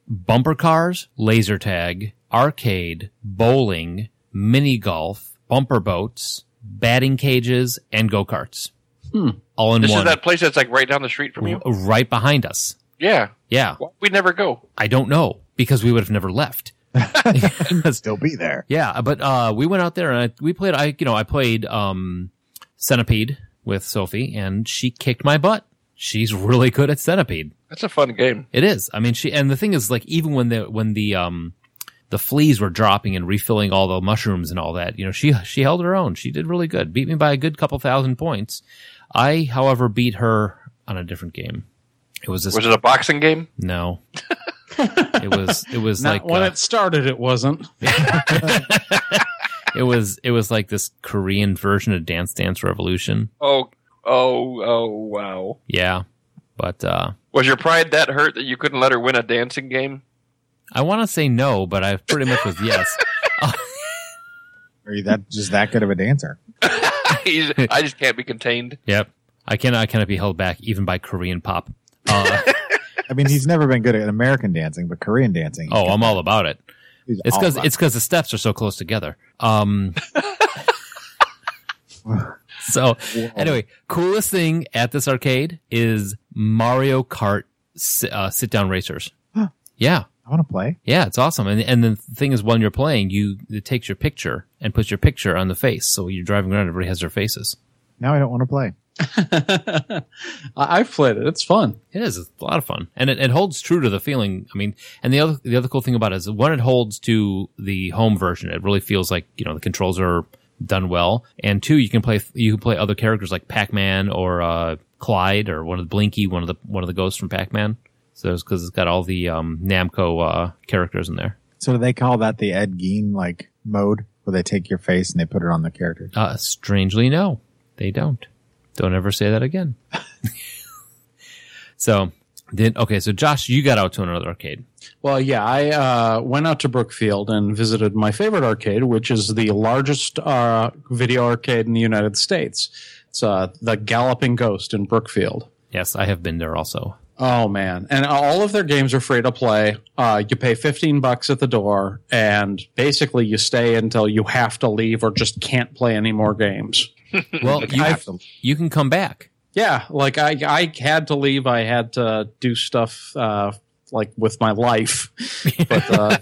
Speaker 3: Bumper cars, laser tag, arcade, bowling, mini golf, bumper boats, batting cages, and go-karts. All in
Speaker 4: Hmm. This
Speaker 3: one.
Speaker 4: is that place that's like right down the street from you.
Speaker 6: Oh.
Speaker 3: right behind us.
Speaker 4: Yeah.
Speaker 3: Yeah.
Speaker 4: Why We never go.
Speaker 3: I don't know because we would have never left.
Speaker 5: Still be there.
Speaker 3: Yeah, but uh, we went out there and I, we played. I you know I played um, Centipede with Sophie, and she kicked my butt. She's really good at Centipede.
Speaker 4: That's a fun game.
Speaker 3: It is. I mean, she and the thing is, like, even when the when the um the fleas were dropping and refilling all the mushrooms and all that, you know, she she held her own. She did really good. Beat me by a good couple thousand points. I, however, beat her on a different game. It was this
Speaker 4: Was it a boxing game?
Speaker 3: no. it was it was
Speaker 6: Not
Speaker 3: like
Speaker 6: when
Speaker 3: uh,
Speaker 6: it started, it wasn't. [laughs]
Speaker 3: it was it was like this Korean version of Dance Dance Revolution.
Speaker 4: Oh, oh, oh, wow.
Speaker 3: Yeah. But uh
Speaker 4: Was your pride that hurt that you couldn't let her win a dancing game?
Speaker 3: I want to say no, but I pretty much was
Speaker 5: [laughs]
Speaker 3: yes.
Speaker 5: Are you that just that good of a dancer?
Speaker 4: [laughs] He's- I just can't be contained.
Speaker 3: Yep. I cannot I cannot be held back even by Korean pop. Uh,
Speaker 5: [laughs] I mean, he's never been good at American dancing, but Korean dancing.
Speaker 3: oh, I'm all about it.
Speaker 5: he's
Speaker 3: It's
Speaker 5: all
Speaker 3: because
Speaker 5: about
Speaker 3: it's because the steps are so close together. Um, [laughs] so anyway, coolest thing at this arcade is Mario Kart si- uh, sit down racers. yeah,
Speaker 5: it. I want to play.
Speaker 3: Yeah, it's awesome. And and the thing is, when you're playing, you it takes your picture and puts your picture on the face. So you're driving around, everybody has their faces.
Speaker 5: Now I don't want to play.
Speaker 6: I- I've played it. It's fun.
Speaker 3: It is it's a lot of fun, and it, it holds true to the feeling. I mean, and the other the other cool thing about it is when it holds to the home version, it really feels like you know the controls are done well. And two, you can play you can play other characters like Pac Man or uh, Clyde or one of the Blinky, one of the one of the ghosts from Pac Man. So it's because it's got all the um, Namco uh, characters in there.
Speaker 5: So do they call that the Ed Gein like mode where they take your face and they put it on the character?
Speaker 3: Uh, strangely, no, they don't. Don't ever say that again. [laughs] so then, okay, so Josh, you got out to another arcade.
Speaker 6: Well, yeah, I uh, went out to Brookfield and visited my favorite arcade, which is the largest uh, video arcade in the United States. It's uh, the Galloping Ghost in Brookfield.
Speaker 3: Yes, I have been there also.
Speaker 6: Oh man! And all of their games are free to play. Uh, you pay fifteen bucks at the door, and basically you stay until you have to leave or just can't play any more games.
Speaker 3: Well, you,
Speaker 5: I've-
Speaker 3: you can come back.
Speaker 6: Yeah, like I, I had to leave. I had to do stuff uh, like with my life, but uh,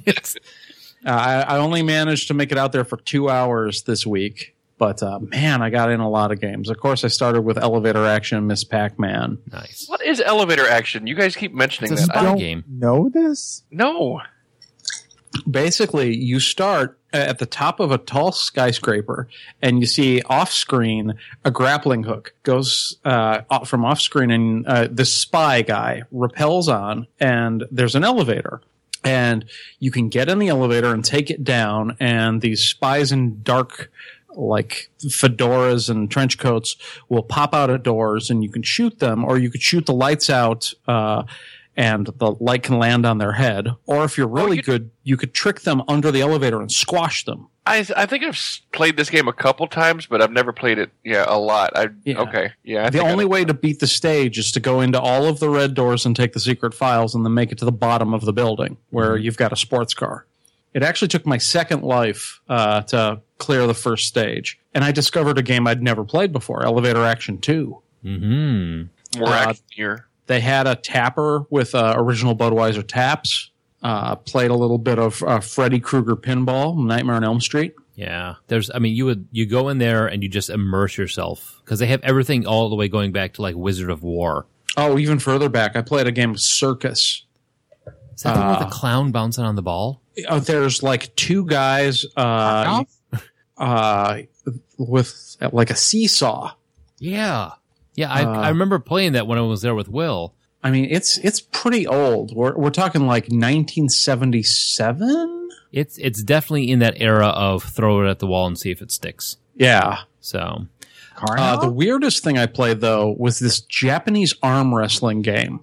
Speaker 6: Uh, I, I only managed to make it out there for two hours this week, but uh, man, I got in a lot of games. Of course, I started with Elevator Action, Miss Pac Man.
Speaker 3: nice.
Speaker 4: What is elevator action? You guys keep mentioning
Speaker 3: It's a
Speaker 4: that. I
Speaker 3: spy
Speaker 4: don't
Speaker 3: game.
Speaker 5: Know this?
Speaker 4: know.
Speaker 6: Basically, you start at the top of a tall skyscraper, and you see off screen a grappling hook goes uh, off- from off screen, and uh, this spy guy repels on, and there's an elevator. And you can get in the elevator and take it down, and these spies in dark like fedoras and trench coats will pop out at doors and you can shoot them or you could shoot the lights out uh, and the light can land on their head. Or if you're really good, you could trick them under the elevator and squash them.
Speaker 4: I I think I've s- played this game a couple times, but I've never played it. Yeah, a lot. I
Speaker 6: Yeah.
Speaker 4: okay. Yeah, I
Speaker 6: the
Speaker 4: think I-
Speaker 6: only way to beat the stage is to go into all of the red doors and take the secret files and then make it to the bottom of the building where
Speaker 4: Mm-hmm.
Speaker 6: you've got a sports car. It actually took my second life uh, to clear the first stage, and I discovered a game I'd never played before, Elevator Action 2.
Speaker 3: Hmm.
Speaker 4: more
Speaker 6: uh,
Speaker 4: action here.
Speaker 6: They had a tapper with uh, original Budweiser taps, uh, played a little bit of uh, Freddy Krueger pinball, Nightmare on Elm Street.
Speaker 3: Yeah. There's, I mean, you would, you go in there and you just immerse yourself because they have everything all the way going back to like Wizard of War.
Speaker 6: Oh, even further back, I played a game of Circus.
Speaker 3: Is that the one with the clown bouncing on the ball?
Speaker 6: uh, there's like two guys uh, uh, with uh, like a seesaw.
Speaker 3: Yeah. Yeah. I, I remember playing that when I was there with Will.
Speaker 6: I mean, it's it's pretty old. We're we're talking like 1977.
Speaker 3: It's, it's definitely in that era of throw it at the wall and see if it sticks.
Speaker 6: Yeah.
Speaker 3: So
Speaker 6: Uh,
Speaker 5: Carnal?
Speaker 6: the weirdest thing I played though was this Japanese arm wrestling game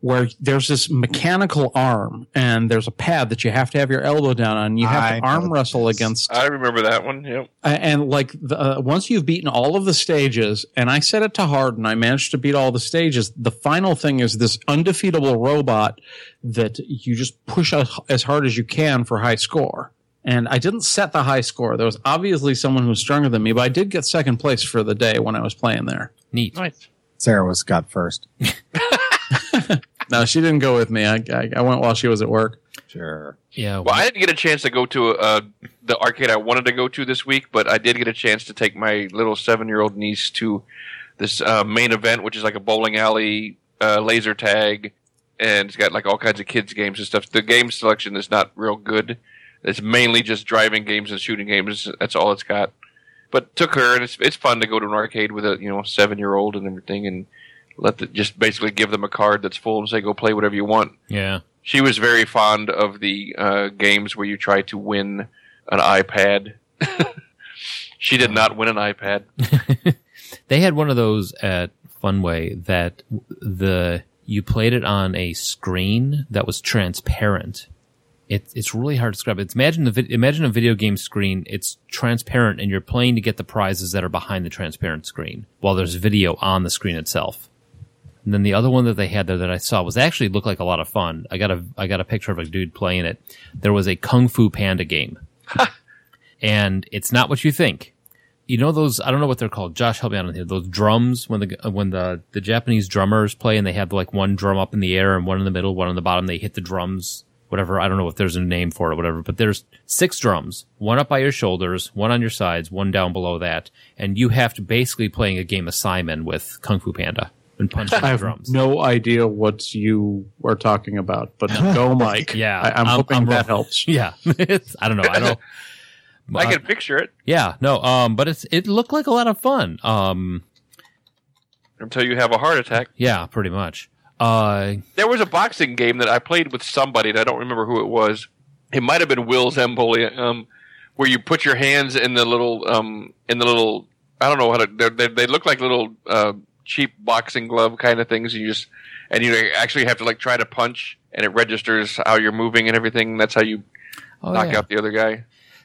Speaker 6: where there's this mechanical arm and there's a pad that you have to have your elbow down on. You have
Speaker 5: I
Speaker 6: to
Speaker 5: know
Speaker 6: arm
Speaker 5: this.
Speaker 6: wrestle against
Speaker 4: I remember that one. Yep.
Speaker 6: Uh, and like the, uh, once you've beaten all of the stages and i set it to hard and i managed to beat all the stages the final thing is this undefeatable robot that you just push as, as hard as you can for high score and i didn't set the high score there was obviously someone who was stronger than me but i did get second place for the day when i was playing there
Speaker 3: neat.
Speaker 5: Sarah was got first.
Speaker 6: no she didn't go with me i, I, I went while she was at work
Speaker 5: Sure.
Speaker 3: Yeah.
Speaker 4: Well, I didn't get a chance to go to uh, the arcade I wanted to go to this week, but I did get a chance to take my little seven-year-old niece to this uh, main event, which is like a bowling alley uh, laser tag, and it's got like all kinds of kids games and stuff. The game selection is not real good. It's mainly just driving games and shooting games. That's all it's got. But took her, and it's it's fun to go to an arcade with a you know seven-year-old and everything, and let the, just basically give them a card that's full and say go play whatever you want
Speaker 3: yeah.
Speaker 4: she was very fond of the uh, games where you try to win an iPad. [laughs] she did not win an iPad.
Speaker 3: They had one of those at Funway that the you played it on a screen that was transparent. It, it's really hard to describe. It's imagine the vid- imagine a video game screen. It's transparent, and you're playing to get the prizes that are behind the transparent screen, while there's video on the screen itself. And then the other one that they had there that I saw was actually looked like a lot of fun. I got a I got a picture of a dude playing it. There was a Kung Fu Panda game, and it's not what you think you know those I don't know what they're called. Josh, help me out on here. Those drums when the when the the Japanese drummers play and they have like one drum up in the air and one in the middle, one on the bottom. They hit the drums, whatever. I don't know if there's a name for it or whatever, but there's six drums, one up by your shoulders, one on your sides, one down below that, and you have to basically playing a game of Simon with Kung Fu Panda and punching
Speaker 6: [laughs] i
Speaker 3: the
Speaker 6: have
Speaker 3: drums.
Speaker 6: no idea what you are talking about but [laughs] go mike
Speaker 3: Yeah,
Speaker 6: I, i'm,
Speaker 3: I'm-
Speaker 6: hoping
Speaker 3: I'm
Speaker 6: that
Speaker 3: wrong.
Speaker 6: helps
Speaker 3: Yeah, [laughs] It's- I don't know. I don't.
Speaker 4: [laughs] I
Speaker 3: Uh,
Speaker 4: can picture it
Speaker 3: yeah, no. Um, but it's it looked like a lot of fun. Um,
Speaker 4: until you have a heart attack.
Speaker 3: yeah, pretty much. Uh,
Speaker 4: There was a boxing game that I played with somebody, and I don't remember who it was. It might have been Will Zamboli, um, where you put your hands in the little um, in the little. I don't know how to. they're- They they look like little uh, cheap boxing glove kind of things. You just and you actually have to like try to punch, and it registers how you're moving and everything. That's how you
Speaker 3: oh,
Speaker 4: knock
Speaker 3: yeah.
Speaker 4: out the other guy.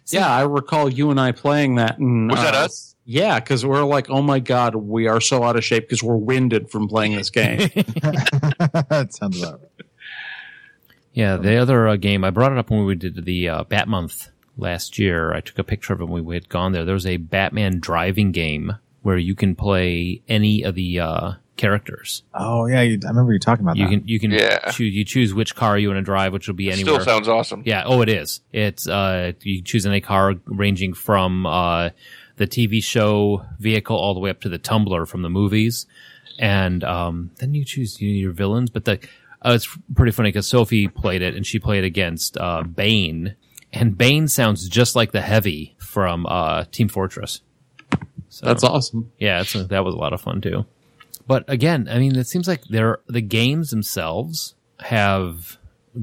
Speaker 6: Yeah, I recall you and I playing that. And,
Speaker 4: Was that
Speaker 6: uh,
Speaker 4: us?
Speaker 6: Yeah, because we're like, oh my god, we are so out of shape because we're winded from playing this
Speaker 4: [laughs]
Speaker 6: game.
Speaker 5: that [laughs] sounds about right.
Speaker 3: Yeah, the other uh, game I brought it up when we did the uh, Bat Month last year. I took a picture of it when we had gone there. There was a Batman driving game where you can play any of the uh, characters.
Speaker 5: Oh yeah, you, I remember you talking about
Speaker 3: You
Speaker 5: that.
Speaker 3: can you can
Speaker 4: Uh-huh. Yeah.
Speaker 3: choose you choose which car you want to drive, which will be anywhere.
Speaker 4: Still sounds awesome.
Speaker 3: yeah, oh, it is. It's uh, you choose any car ranging from uh, the TV show vehicle all the way up to the tumbler from the movies, and um, then you choose you- your villains. But the uh, it's pretty funny because Sophie played it and she played against uh, Bane, and Bane sounds just like the heavy from uh, Team Fortress. So
Speaker 6: That's awesome.
Speaker 3: yeah, it's that was a lot of fun too. But again, I mean, it seems like they're, the games themselves have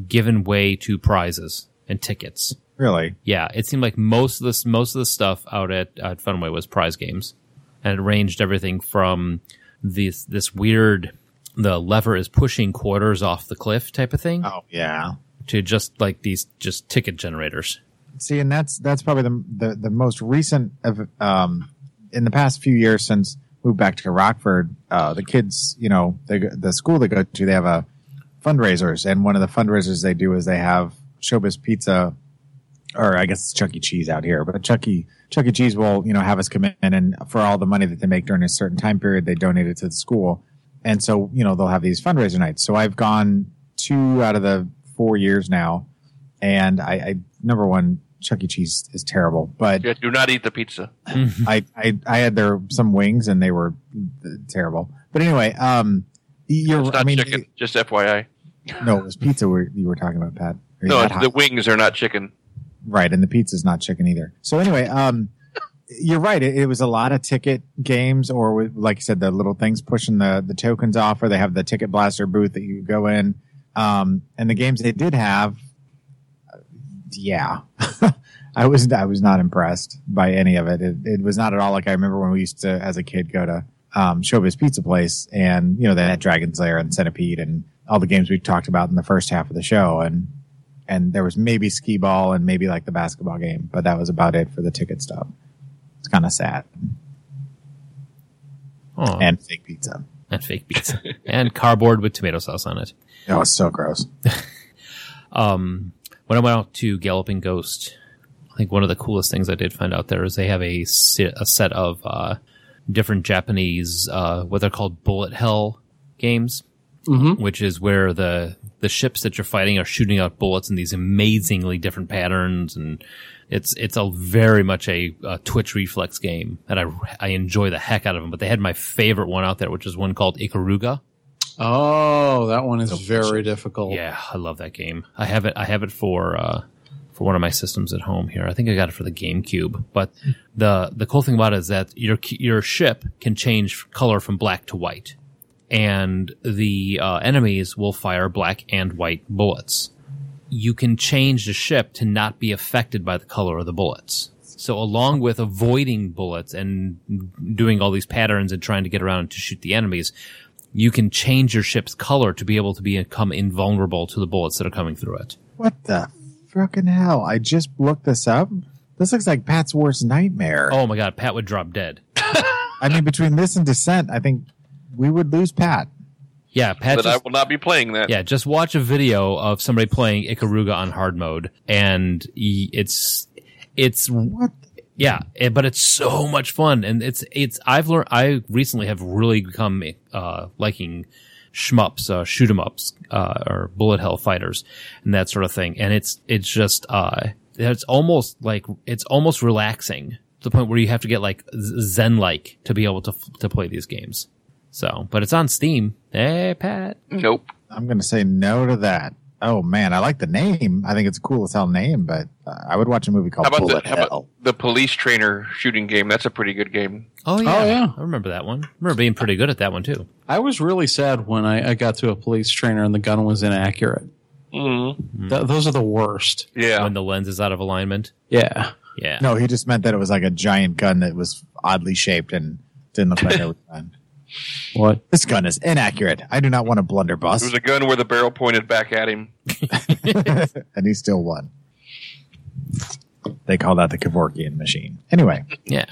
Speaker 3: given way to prizes and tickets.
Speaker 5: really?
Speaker 3: Yeah, it seemed like most of this most of the stuff out at, at Funway was prize games, and it ranged everything from this this weird the lever is pushing quarters off the cliff type of thing
Speaker 5: Oh yeah.
Speaker 3: to just like these just ticket generators.
Speaker 5: See, and that's that's probably the the, the most recent of um in the past few years since moved back to Rockford. Uh, the kids, you know, they, go- the school they go to, they have a fundraisers, and one of the fundraisers they do is they have Showbiz Pizza, or I guess it's Chuck E. Cheese out here, but Chuck E. Chuck E. Cheese will you know have us come in, and for all the money that they make during a certain time period, they donate it to the school, and so you know they'll have these fundraiser nights. So I've gone two out of the four years now and I, I number one, Chuck E. Cheese is terrible, but
Speaker 4: Yeah, do not eat the pizza.
Speaker 5: I, I I had their some wings and they were uh, terrible. But anyway, um, you're
Speaker 4: It's not
Speaker 5: I mean
Speaker 4: chicken. Just FYI.
Speaker 5: no, it was pizza we you were talking about, Pat. Or
Speaker 4: No,
Speaker 5: that
Speaker 4: it's
Speaker 5: hot.
Speaker 4: the wings are not chicken.
Speaker 5: Right, and the pizza's not chicken either. So anyway, um, you're right. It, it was a lot of ticket games, or with, like you said, the little things pushing the the tokens off, or they have the ticket blaster booth that you go in. Um, and the games they did have, uh, yeah, [laughs] I was I was not impressed by any of it. it. It was not at all like I remember when we used to, as a kid, go to um, Showbiz Pizza Place, and you know they had Dragon Slayer and Centipede and all the games we talked about in the first half of the show, and and there was maybe skee ball and maybe like the basketball game, but that was about it for the ticket stuff. It's kind of sad.
Speaker 3: Oh, and,
Speaker 5: And fake pizza.
Speaker 3: fake pizza [laughs] and cardboard with tomato sauce on it.
Speaker 5: Oh, it's so gross.
Speaker 3: Um, when I went out to Galloping Ghost, I think one of the coolest things I did find out there is they have a, se- a set of uh, different Japanese uh, what they're called bullet hell games, which is where the the ships that you're fighting are shooting out bullets in these amazingly different patterns, and it's it's a very much a, a twitch reflex game, and I I enjoy the heck out of them. But they had my favorite one out there, which is one called Ikaruga.
Speaker 6: Oh, that one is very difficult.
Speaker 3: Yeah, I love that game. I have it. I have it for uh, for one of my systems at home here. I think I got it for the GameCube. But the the cool thing about it is that your your ship can change color from black to white, and the uh, enemies will fire black and white bullets. You can change the ship to not be affected by the color of the bullets. So along with avoiding bullets and doing all these patterns and trying to get around to shoot the enemies, you can change your ship's color to be able to become invulnerable to the bullets that are coming through it.
Speaker 5: What the fucking hell? I just looked this up. This looks like Pat's worst nightmare.
Speaker 3: Oh my god, Pat would drop dead.
Speaker 5: I mean, between this and Descent, I think we would lose Pat.
Speaker 3: Yeah, Pat.
Speaker 4: That I
Speaker 3: Just,
Speaker 4: will not be playing that.
Speaker 3: yeah, just watch a video of somebody playing Ikaruga on hard mode, and y- it's it's
Speaker 5: What?
Speaker 3: yeah, eh, but it's so much fun, and it's it's I've learned I recently have really become uh, liking shmups, uh, shoot 'em ups, uh, or bullet hell fighters, and that sort of thing. And it's it's just uh, it's almost like it's almost relaxing to the point where you have to get like zen like to be able to f- to play these games. So, but it's on Steam. Hey, Pat.
Speaker 4: Nope.
Speaker 5: I'm going to say no to that. Oh man, I like the name. I think it's a cool as hell name, but uh, I would watch a movie called
Speaker 4: How about,
Speaker 5: Bullet
Speaker 4: the, how about
Speaker 5: Hell.
Speaker 4: the police trainer shooting game? That's a pretty good game.
Speaker 3: Oh yeah.
Speaker 6: Oh, yeah.
Speaker 3: I remember that one. I remember being pretty good at that one too.
Speaker 6: I was really sad when I, I got to a police trainer and the gun was inaccurate.
Speaker 5: Mm-hmm.
Speaker 4: Mm.
Speaker 6: Th- those are the worst.
Speaker 4: Yeah.
Speaker 3: When the lens is out of alignment.
Speaker 6: Yeah.
Speaker 3: Yeah.
Speaker 5: No, he just meant that it was like a giant gun that was oddly shaped and didn't look
Speaker 4: [laughs]
Speaker 5: like a gun.
Speaker 6: What?
Speaker 5: This gun is inaccurate. I do not want a blunderbuss.
Speaker 4: It was a gun where the barrel pointed back at him.
Speaker 5: and he still won. They call that the Kevorkian machine. Anyway,
Speaker 3: Yeah.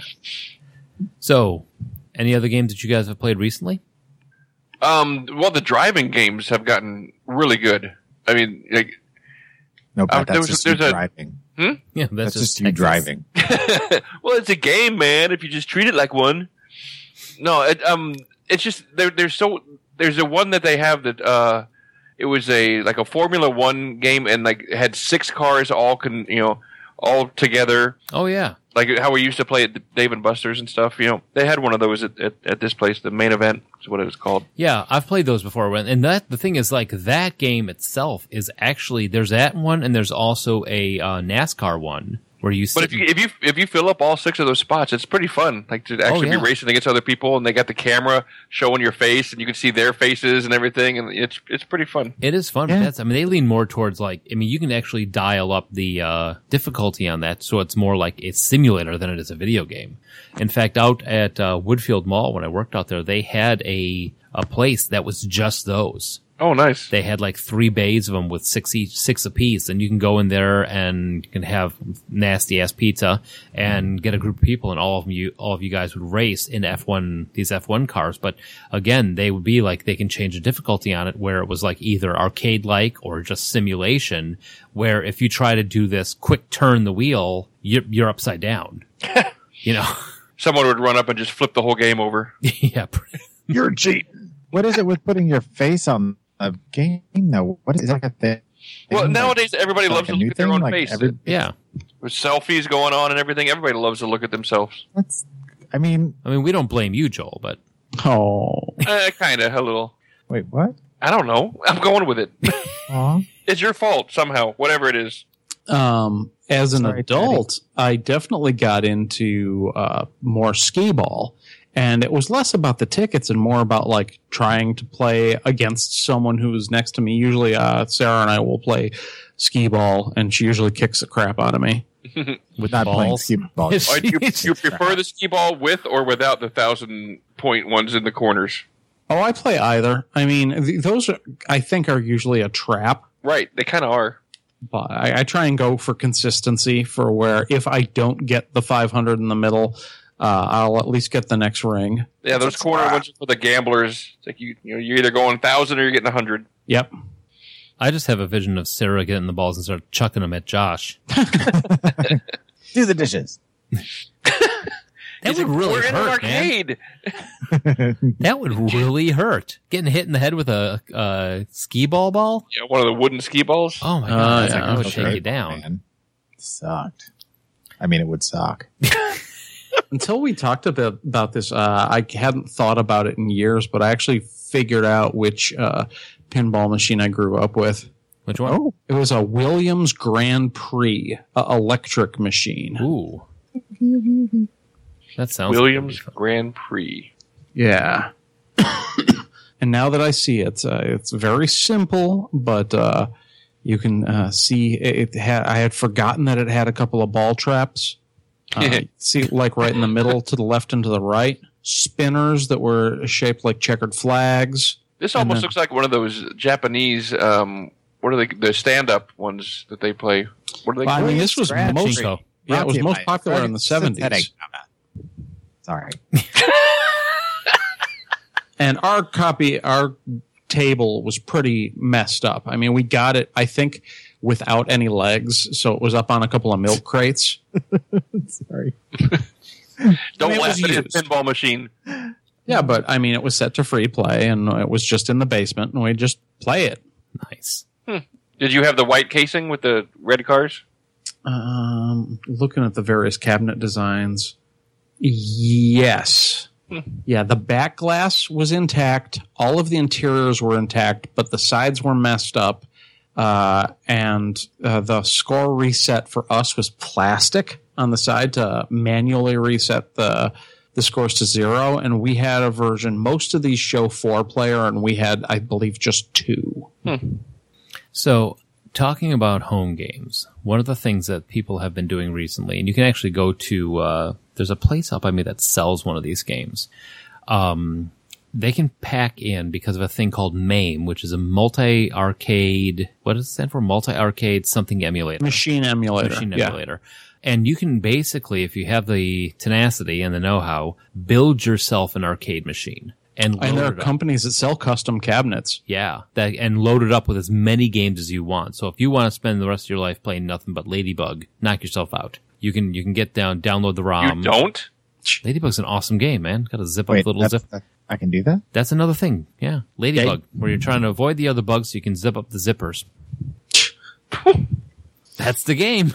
Speaker 3: So, any other games that you guys have played recently?
Speaker 4: Um, well, the driving games have gotten really good. I mean, like,
Speaker 5: no, but
Speaker 4: Uh, there
Speaker 5: that's
Speaker 4: was-
Speaker 5: just you
Speaker 4: there's a-
Speaker 5: driving.
Speaker 3: Yeah, that's,
Speaker 5: That's, just, you
Speaker 3: Texas.
Speaker 4: [laughs]
Speaker 5: driving.
Speaker 4: well, it's a game, man. If you just treat it like one. No, it, um, it's just there. There's so there's a one that they have that uh, it was a like a Formula One game, and like it had six cars all can you know all together,
Speaker 3: Oh yeah.
Speaker 4: like how we used to play at Dave and Buster's and stuff. You know, they had one of those at, at, at this place. The main event is what it was called.
Speaker 3: Yeah, I've played those before. when- And that the thing is, like that game itself is actually there's that one, and there's also a uh, NASCAR one where you.
Speaker 4: But
Speaker 3: sit-
Speaker 4: if you if you if you fill up all six of those spots, it's pretty fun. Like to actually
Speaker 3: yeah.
Speaker 4: be racing against other people, and they got the camera showing your face, and you can see their faces and everything, and it's it's pretty fun.
Speaker 3: it is fun. But
Speaker 5: Yeah.
Speaker 3: that's I mean they lean more towards like I mean you can actually dial up the uh, difficulty on that, so it's more like a simulator than it is a video game. In fact, out at uh, Woodfield Mall when I worked out there, they had a a place that was just those.
Speaker 4: Oh, nice.
Speaker 3: They had like three bays of them with six each, six apiece, and you can go in there and you can have nasty ass pizza and get a group of people, and all of you, all of you guys would race in F one these F one cars. But again, they would be like they can change the difficulty on it, where it was like either arcade like or just simulation, where if you try to do this quick turn the wheel, you're, you're upside down. you know, [laughs]
Speaker 4: Someone would run up and just flip the whole game over.
Speaker 3: yeah.
Speaker 5: You're cheating. What is it with putting your face on a game though? What is, is that a thing?
Speaker 4: Well,
Speaker 5: Like,
Speaker 4: nowadays everybody
Speaker 5: like
Speaker 4: loves
Speaker 5: a
Speaker 4: to
Speaker 5: new
Speaker 4: look at their
Speaker 5: thing?
Speaker 4: own
Speaker 5: Like
Speaker 4: face.
Speaker 5: every-
Speaker 3: Yeah.
Speaker 4: With selfies going on and everything, everybody loves to look at
Speaker 5: [laughs]
Speaker 4: themselves.
Speaker 5: That's, I mean,
Speaker 3: I mean, we don't blame you, Joel, but
Speaker 6: Oh,
Speaker 4: uh, kind of, a little.
Speaker 5: wait, what?
Speaker 4: I don't know. I'm going with it.
Speaker 5: Aw.
Speaker 4: it's your fault somehow, whatever it is.
Speaker 6: um, as an
Speaker 5: Sorry,
Speaker 6: adult, I definitely got into uh, more skee ball, and it was less about the tickets and more about like trying to play against someone who was next to me. Usually, uh, Sarah and I will play skee ball, and she usually kicks the crap out of
Speaker 4: [laughs]
Speaker 6: me.
Speaker 3: with
Speaker 5: Not playing
Speaker 3: balls.
Speaker 5: skee ball.
Speaker 3: [laughs]
Speaker 6: [laughs]
Speaker 4: Or do Uh, you, you prefer the ski ball with or without the thousand point ones in the corners?
Speaker 6: Oh, I play either. I mean, th- those are, I think are usually a trap.
Speaker 4: Right, they kind of are.
Speaker 6: but I, I try and go for consistency for where if I don't get the 500 in the middle, uh, I'll at least get the next ring.
Speaker 4: Yeah, those corner ones are for the gamblers. It's like you, you know, you're either going thousand or you're getting a hundred.
Speaker 6: Yep.
Speaker 3: I just have a vision of Sarah getting the balls and start chucking them at Josh.
Speaker 5: Do the dishes.
Speaker 3: That would really
Speaker 4: We're in an
Speaker 3: hurt, man.
Speaker 4: arcade.
Speaker 3: That would really hurt. Getting hit in the head with a, a ski ball ball.
Speaker 4: Yeah, one of the wooden ski balls.
Speaker 3: Oh my god,
Speaker 6: Uh,
Speaker 3: that's like,
Speaker 6: yeah,
Speaker 3: I would
Speaker 6: okay.
Speaker 3: shake you down.
Speaker 5: Man, sucked. I mean, it would suck.
Speaker 6: Until we talked about, about this, uh, I hadn't thought about it in years, but I actually figured out which uh, pinball machine I grew up with.
Speaker 3: Which one?
Speaker 6: It was a Williams Grand Prix uh, electric machine.
Speaker 3: Ooh, that sounds
Speaker 4: Williams Grand Prix.
Speaker 6: Yeah. [coughs] and now that I see it, uh, it's very simple, but uh, you can uh, see it, it had. I had forgotten that it had a couple of ball traps. Uh, see, like right in the middle, to the left and to the right, spinners that were shaped like checkered flags.
Speaker 4: This
Speaker 6: And
Speaker 4: almost
Speaker 6: then-
Speaker 4: looks like one of those Japanese. Um, what are they? The stand-up ones that they play. What are they?
Speaker 6: Well, I mean, this was
Speaker 5: Scratchy.
Speaker 6: most
Speaker 3: Chinko.
Speaker 6: yeah, it was
Speaker 5: Rocky
Speaker 6: most
Speaker 5: Mike.
Speaker 6: popular in the
Speaker 5: Synthetic.
Speaker 6: seventies.
Speaker 5: Sorry.
Speaker 6: and our copy our table was pretty messed up i mean we got it i think without any legs so it was up on a couple of milk crates
Speaker 5: Sorry.
Speaker 4: Don't
Speaker 6: I mean, it
Speaker 4: laugh
Speaker 6: was
Speaker 4: at his
Speaker 6: used.
Speaker 4: pinball machine.
Speaker 6: yeah but i mean it was set to free play and it was just in the basement and we just play it
Speaker 3: nice.
Speaker 4: Did you have the white casing with the red cars?
Speaker 6: um looking at the various cabinet designs yes
Speaker 3: Hmm.
Speaker 6: yeah the back glass was intact all of the interiors were intact but the sides were messed up uh, and uh, the score reset for us was plastic on the side to manually reset the the scores to zero and we had a version most of these show four player and we had i believe just two
Speaker 3: So, talking about home games, one of the things that people have been doing recently, and you can actually go to uh, there's a place up by me that sells one of these games. Um, they can pack in because of a thing called MAME, which is a multi arcade. What does it stand for? Multi arcade something emulator.
Speaker 6: machine emulator
Speaker 3: Machine
Speaker 6: Yeah.
Speaker 3: emulator. And you can basically, if you have the tenacity and the know how, build yourself an arcade machine and load
Speaker 6: and there are
Speaker 3: it up.
Speaker 6: companies that sell custom cabinets
Speaker 3: Yeah, that and load it up with as many games as you want. So if you want to spend the rest of your life playing nothing but Ladybug, knock yourself out. You can you can get down, download the
Speaker 4: You
Speaker 3: ROM.
Speaker 4: don't.
Speaker 3: Ladybug's an awesome game, man. Got to zip up
Speaker 5: Wait,
Speaker 3: the little
Speaker 5: that's-
Speaker 3: zip.
Speaker 5: that- I can do that?
Speaker 3: That's another thing. Yeah, Ladybug, where you're trying to avoid the other bugs, so you can zip up the zippers. That's the game.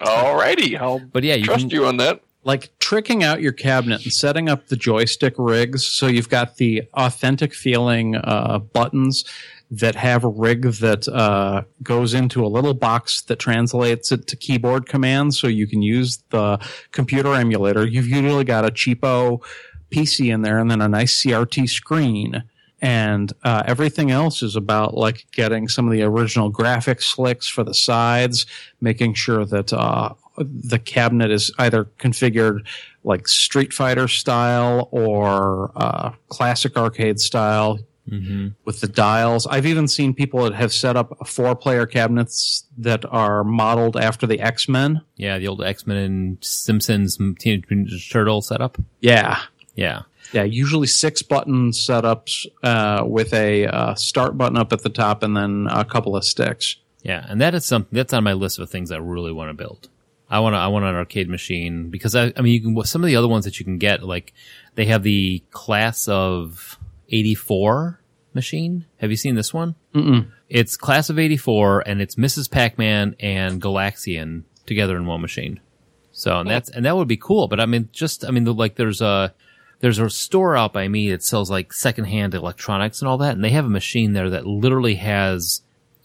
Speaker 4: Alrighty, I'll
Speaker 3: But yeah, you
Speaker 4: trust
Speaker 3: can.
Speaker 4: you on that.
Speaker 6: like tricking out your cabinet and setting up the joystick rigs so you've got the authentic feeling uh, buttons that have a rig that uh, goes into a little box that translates it to keyboard commands so you can use the computer emulator. You've usually got a cheapo PC in there and then a nice CRT screen. And uh, everything else is about like getting some of the original graphic slicks for the sides, making sure that uh, the cabinet is either configured like Street Fighter style or uh, classic arcade style
Speaker 3: Mm-hmm.
Speaker 6: with the dials. I've even seen people that have set up four player cabinets that are modeled after the X Men.
Speaker 3: Yeah, the old X Men and Simpsons and Teenage Mutant Ninja Turtle setup.
Speaker 6: Yeah.
Speaker 3: Yeah.
Speaker 6: Yeah, usually six button setups uh, with a uh, start button up at the top and then a couple of sticks.
Speaker 3: Yeah, and that is something that's on my list of things I really want to build. I want to I want an arcade machine because I I mean you can some of the other ones that you can get like they have the class of 84 machine. Have you seen this one? Mm-mm. It's class of 84 and it's Mrs. Pac-Man and Galaxian together in one machine. So and that's and that would be cool, but I mean just I mean the, like there's a there's a store out by me that sells like secondhand electronics and all that and they have a machine there that literally has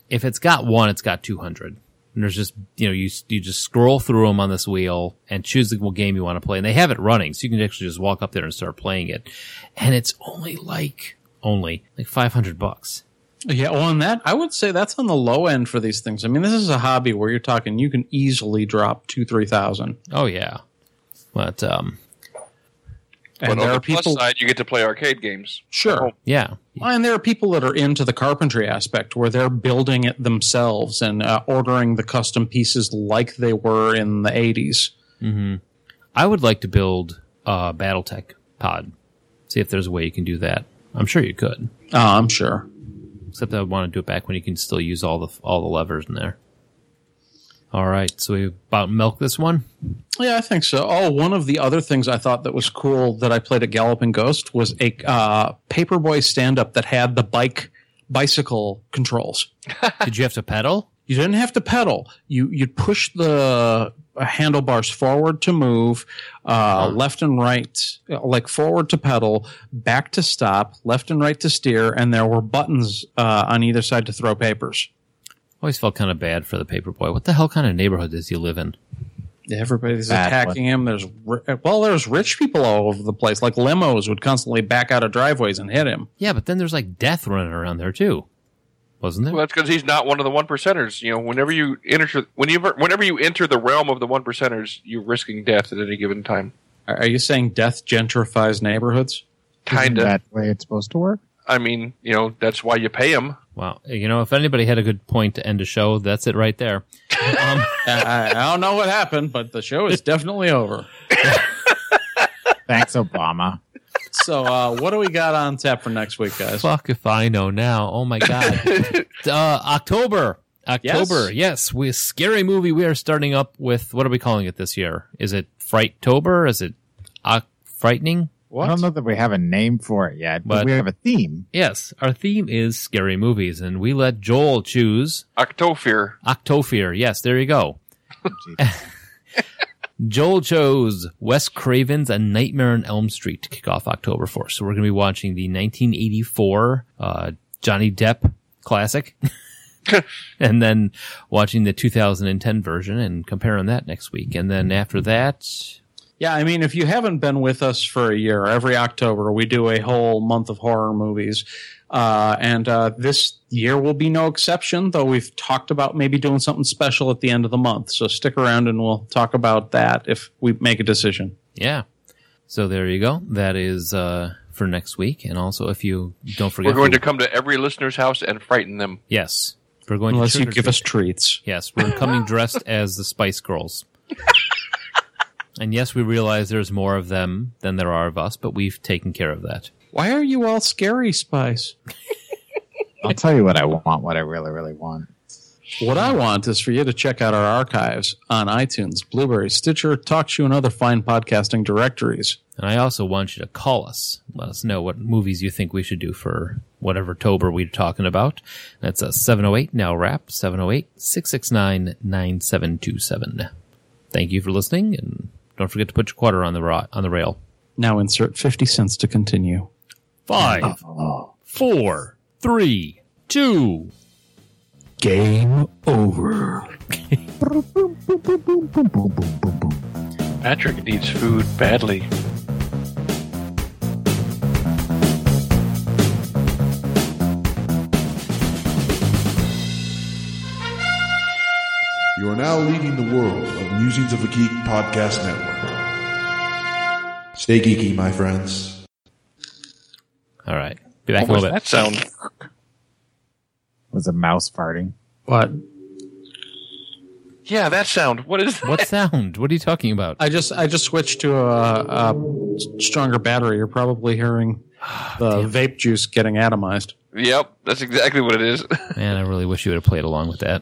Speaker 3: if it's got one, it's got 200. And there's just, you know, you, you just scroll through them on this wheel and choose the game you want to play. And they have it running. So you can actually just walk up there and start playing it. And it's only like, only like 500 bucks.
Speaker 6: Yeah, well, and that I would say that's on the low end for these things. I mean, this is a hobby where you're talking you can easily drop two, three thousand.
Speaker 3: Oh, yeah. But, um,
Speaker 6: And
Speaker 4: but
Speaker 6: there
Speaker 4: on
Speaker 6: are
Speaker 4: the
Speaker 6: people,
Speaker 4: plus side, you get to play arcade games.
Speaker 6: sure,
Speaker 3: yeah.
Speaker 6: and there are people that are into the carpentry aspect where they're building it themselves and uh, ordering the custom pieces like they were in the '80s.
Speaker 3: I would like to build a Battletech pod. See if there's a way you can do that. I'm sure you could.
Speaker 6: Oh, I'm sure.
Speaker 3: Except I would want to do it back when you can still use all the, all the levers in there. All right. So we about milk this one.
Speaker 6: Yeah, I think so. Oh, one of the other things I thought that was cool that I played at Galloping Ghost was a uh, paperboy stand-up that had the bike bicycle controls.
Speaker 3: Did you have to pedal?
Speaker 6: you didn't have to pedal. You you'd push the uh, handlebars forward to move, uh, left and right, uh, like forward to pedal, back to stop, left and right to steer, and there were buttons uh, on either side to throw papers.
Speaker 3: Always felt kind of bad for the paper boy. What the hell kind of neighborhood does he live in?
Speaker 6: Everybody's
Speaker 5: Bad
Speaker 6: attacking him. There's ri- well, there's rich people all over the place. Like limos would constantly back out of driveways and hit him.
Speaker 3: Yeah, but then there's like death running around there too, wasn't there?
Speaker 4: Well, that's because he's not one of the one percenters. You know, whenever you enter, whenever whenever you enter the realm of the one percenters, you're risking death at any given time.
Speaker 6: Are are you saying death gentrifies neighborhoods?
Speaker 5: Isn't
Speaker 4: Kinda.
Speaker 5: that way it's supposed to work.
Speaker 4: I mean, you know, that's why you pay him.
Speaker 3: Wow, you know, if anybody had a good point to end a show, that's it right there. Um,
Speaker 6: I, I don't know what happened, but the show is definitely over. [laughs]
Speaker 5: Thanks, Obama.
Speaker 6: So, uh, what do we got on tap for next week, guys?
Speaker 3: fuck if I know now. Oh my god, uh, October, October. Yes,
Speaker 6: Yes.
Speaker 3: we scary movie. We are starting up with what are we calling it this year? Is it Frighttober? Is it Oc- frightening?
Speaker 5: I don't know that we have a name for it yet, but,
Speaker 3: But-
Speaker 5: we have a theme.
Speaker 3: Yes, our theme is scary movies, and we let Joel choose
Speaker 4: Octofear.
Speaker 3: Octofear. Yes, there you go.
Speaker 4: [laughs]
Speaker 3: Joel chose Wes Craven's A Nightmare on Elm Street to kick off October 4th. So we're going to be watching the 1984 uh, Johnny Depp
Speaker 4: [laughs]
Speaker 3: classic and then watching the 2010 version and comparing that next week. And then after that,
Speaker 6: Yeah, I mean, if you haven't been with us for a year, every October we do a whole month of horror movies. Uh, and uh, this year will be no exception, though we've talked about maybe doing something special at the end of the month. So stick around and we'll talk about that if we make a decision.
Speaker 3: yeah. So there you go. That is uh, for next week. And also, if you don't forget,
Speaker 4: We're going
Speaker 3: the-
Speaker 4: to come to every listener's house and frighten them.
Speaker 3: yes, we're going
Speaker 6: Unless
Speaker 3: to
Speaker 6: you
Speaker 3: trick or
Speaker 6: give us treats.
Speaker 3: Yes, we're coming dressed as the Spice Girls. and yes, we realize there's more of them than there are of us, but we've taken care of that.
Speaker 6: Why are you all scary, Spice?
Speaker 5: I'll tell you what I want, what I really, really want.
Speaker 6: What I want is for you to check out our archives on iTunes, Blueberry, Stitcher, TalkShoe, and other fine podcasting directories.
Speaker 3: And I also want you to call us. Let us know what movies you think we should do for whatever Tober we're talking about. That's a 708 now wrap 708 669 9727. Thank you for listening and don't forget to put your quarter on the ro- on the rail.
Speaker 6: Now insert 50 cents to continue.
Speaker 3: Five, four, three, two.
Speaker 6: Game over.
Speaker 4: Patrick needs food badly.
Speaker 9: You are now leaving the world of Musings of a Geek Podcast Network. Stay geeky, my friends.
Speaker 3: All right. Be back
Speaker 4: What
Speaker 3: in a
Speaker 4: was
Speaker 3: little bit.
Speaker 4: that sound?
Speaker 10: was a mouse farting.
Speaker 6: What?
Speaker 4: Yeah, that sound. What is that?
Speaker 3: What sound? What are you talking about?
Speaker 6: I just I just switched to a, a stronger battery. You're probably hearing the vape juice getting atomized.
Speaker 4: Yep, that's exactly what it is. [laughs]
Speaker 3: Man, I really wish you would have played along with that.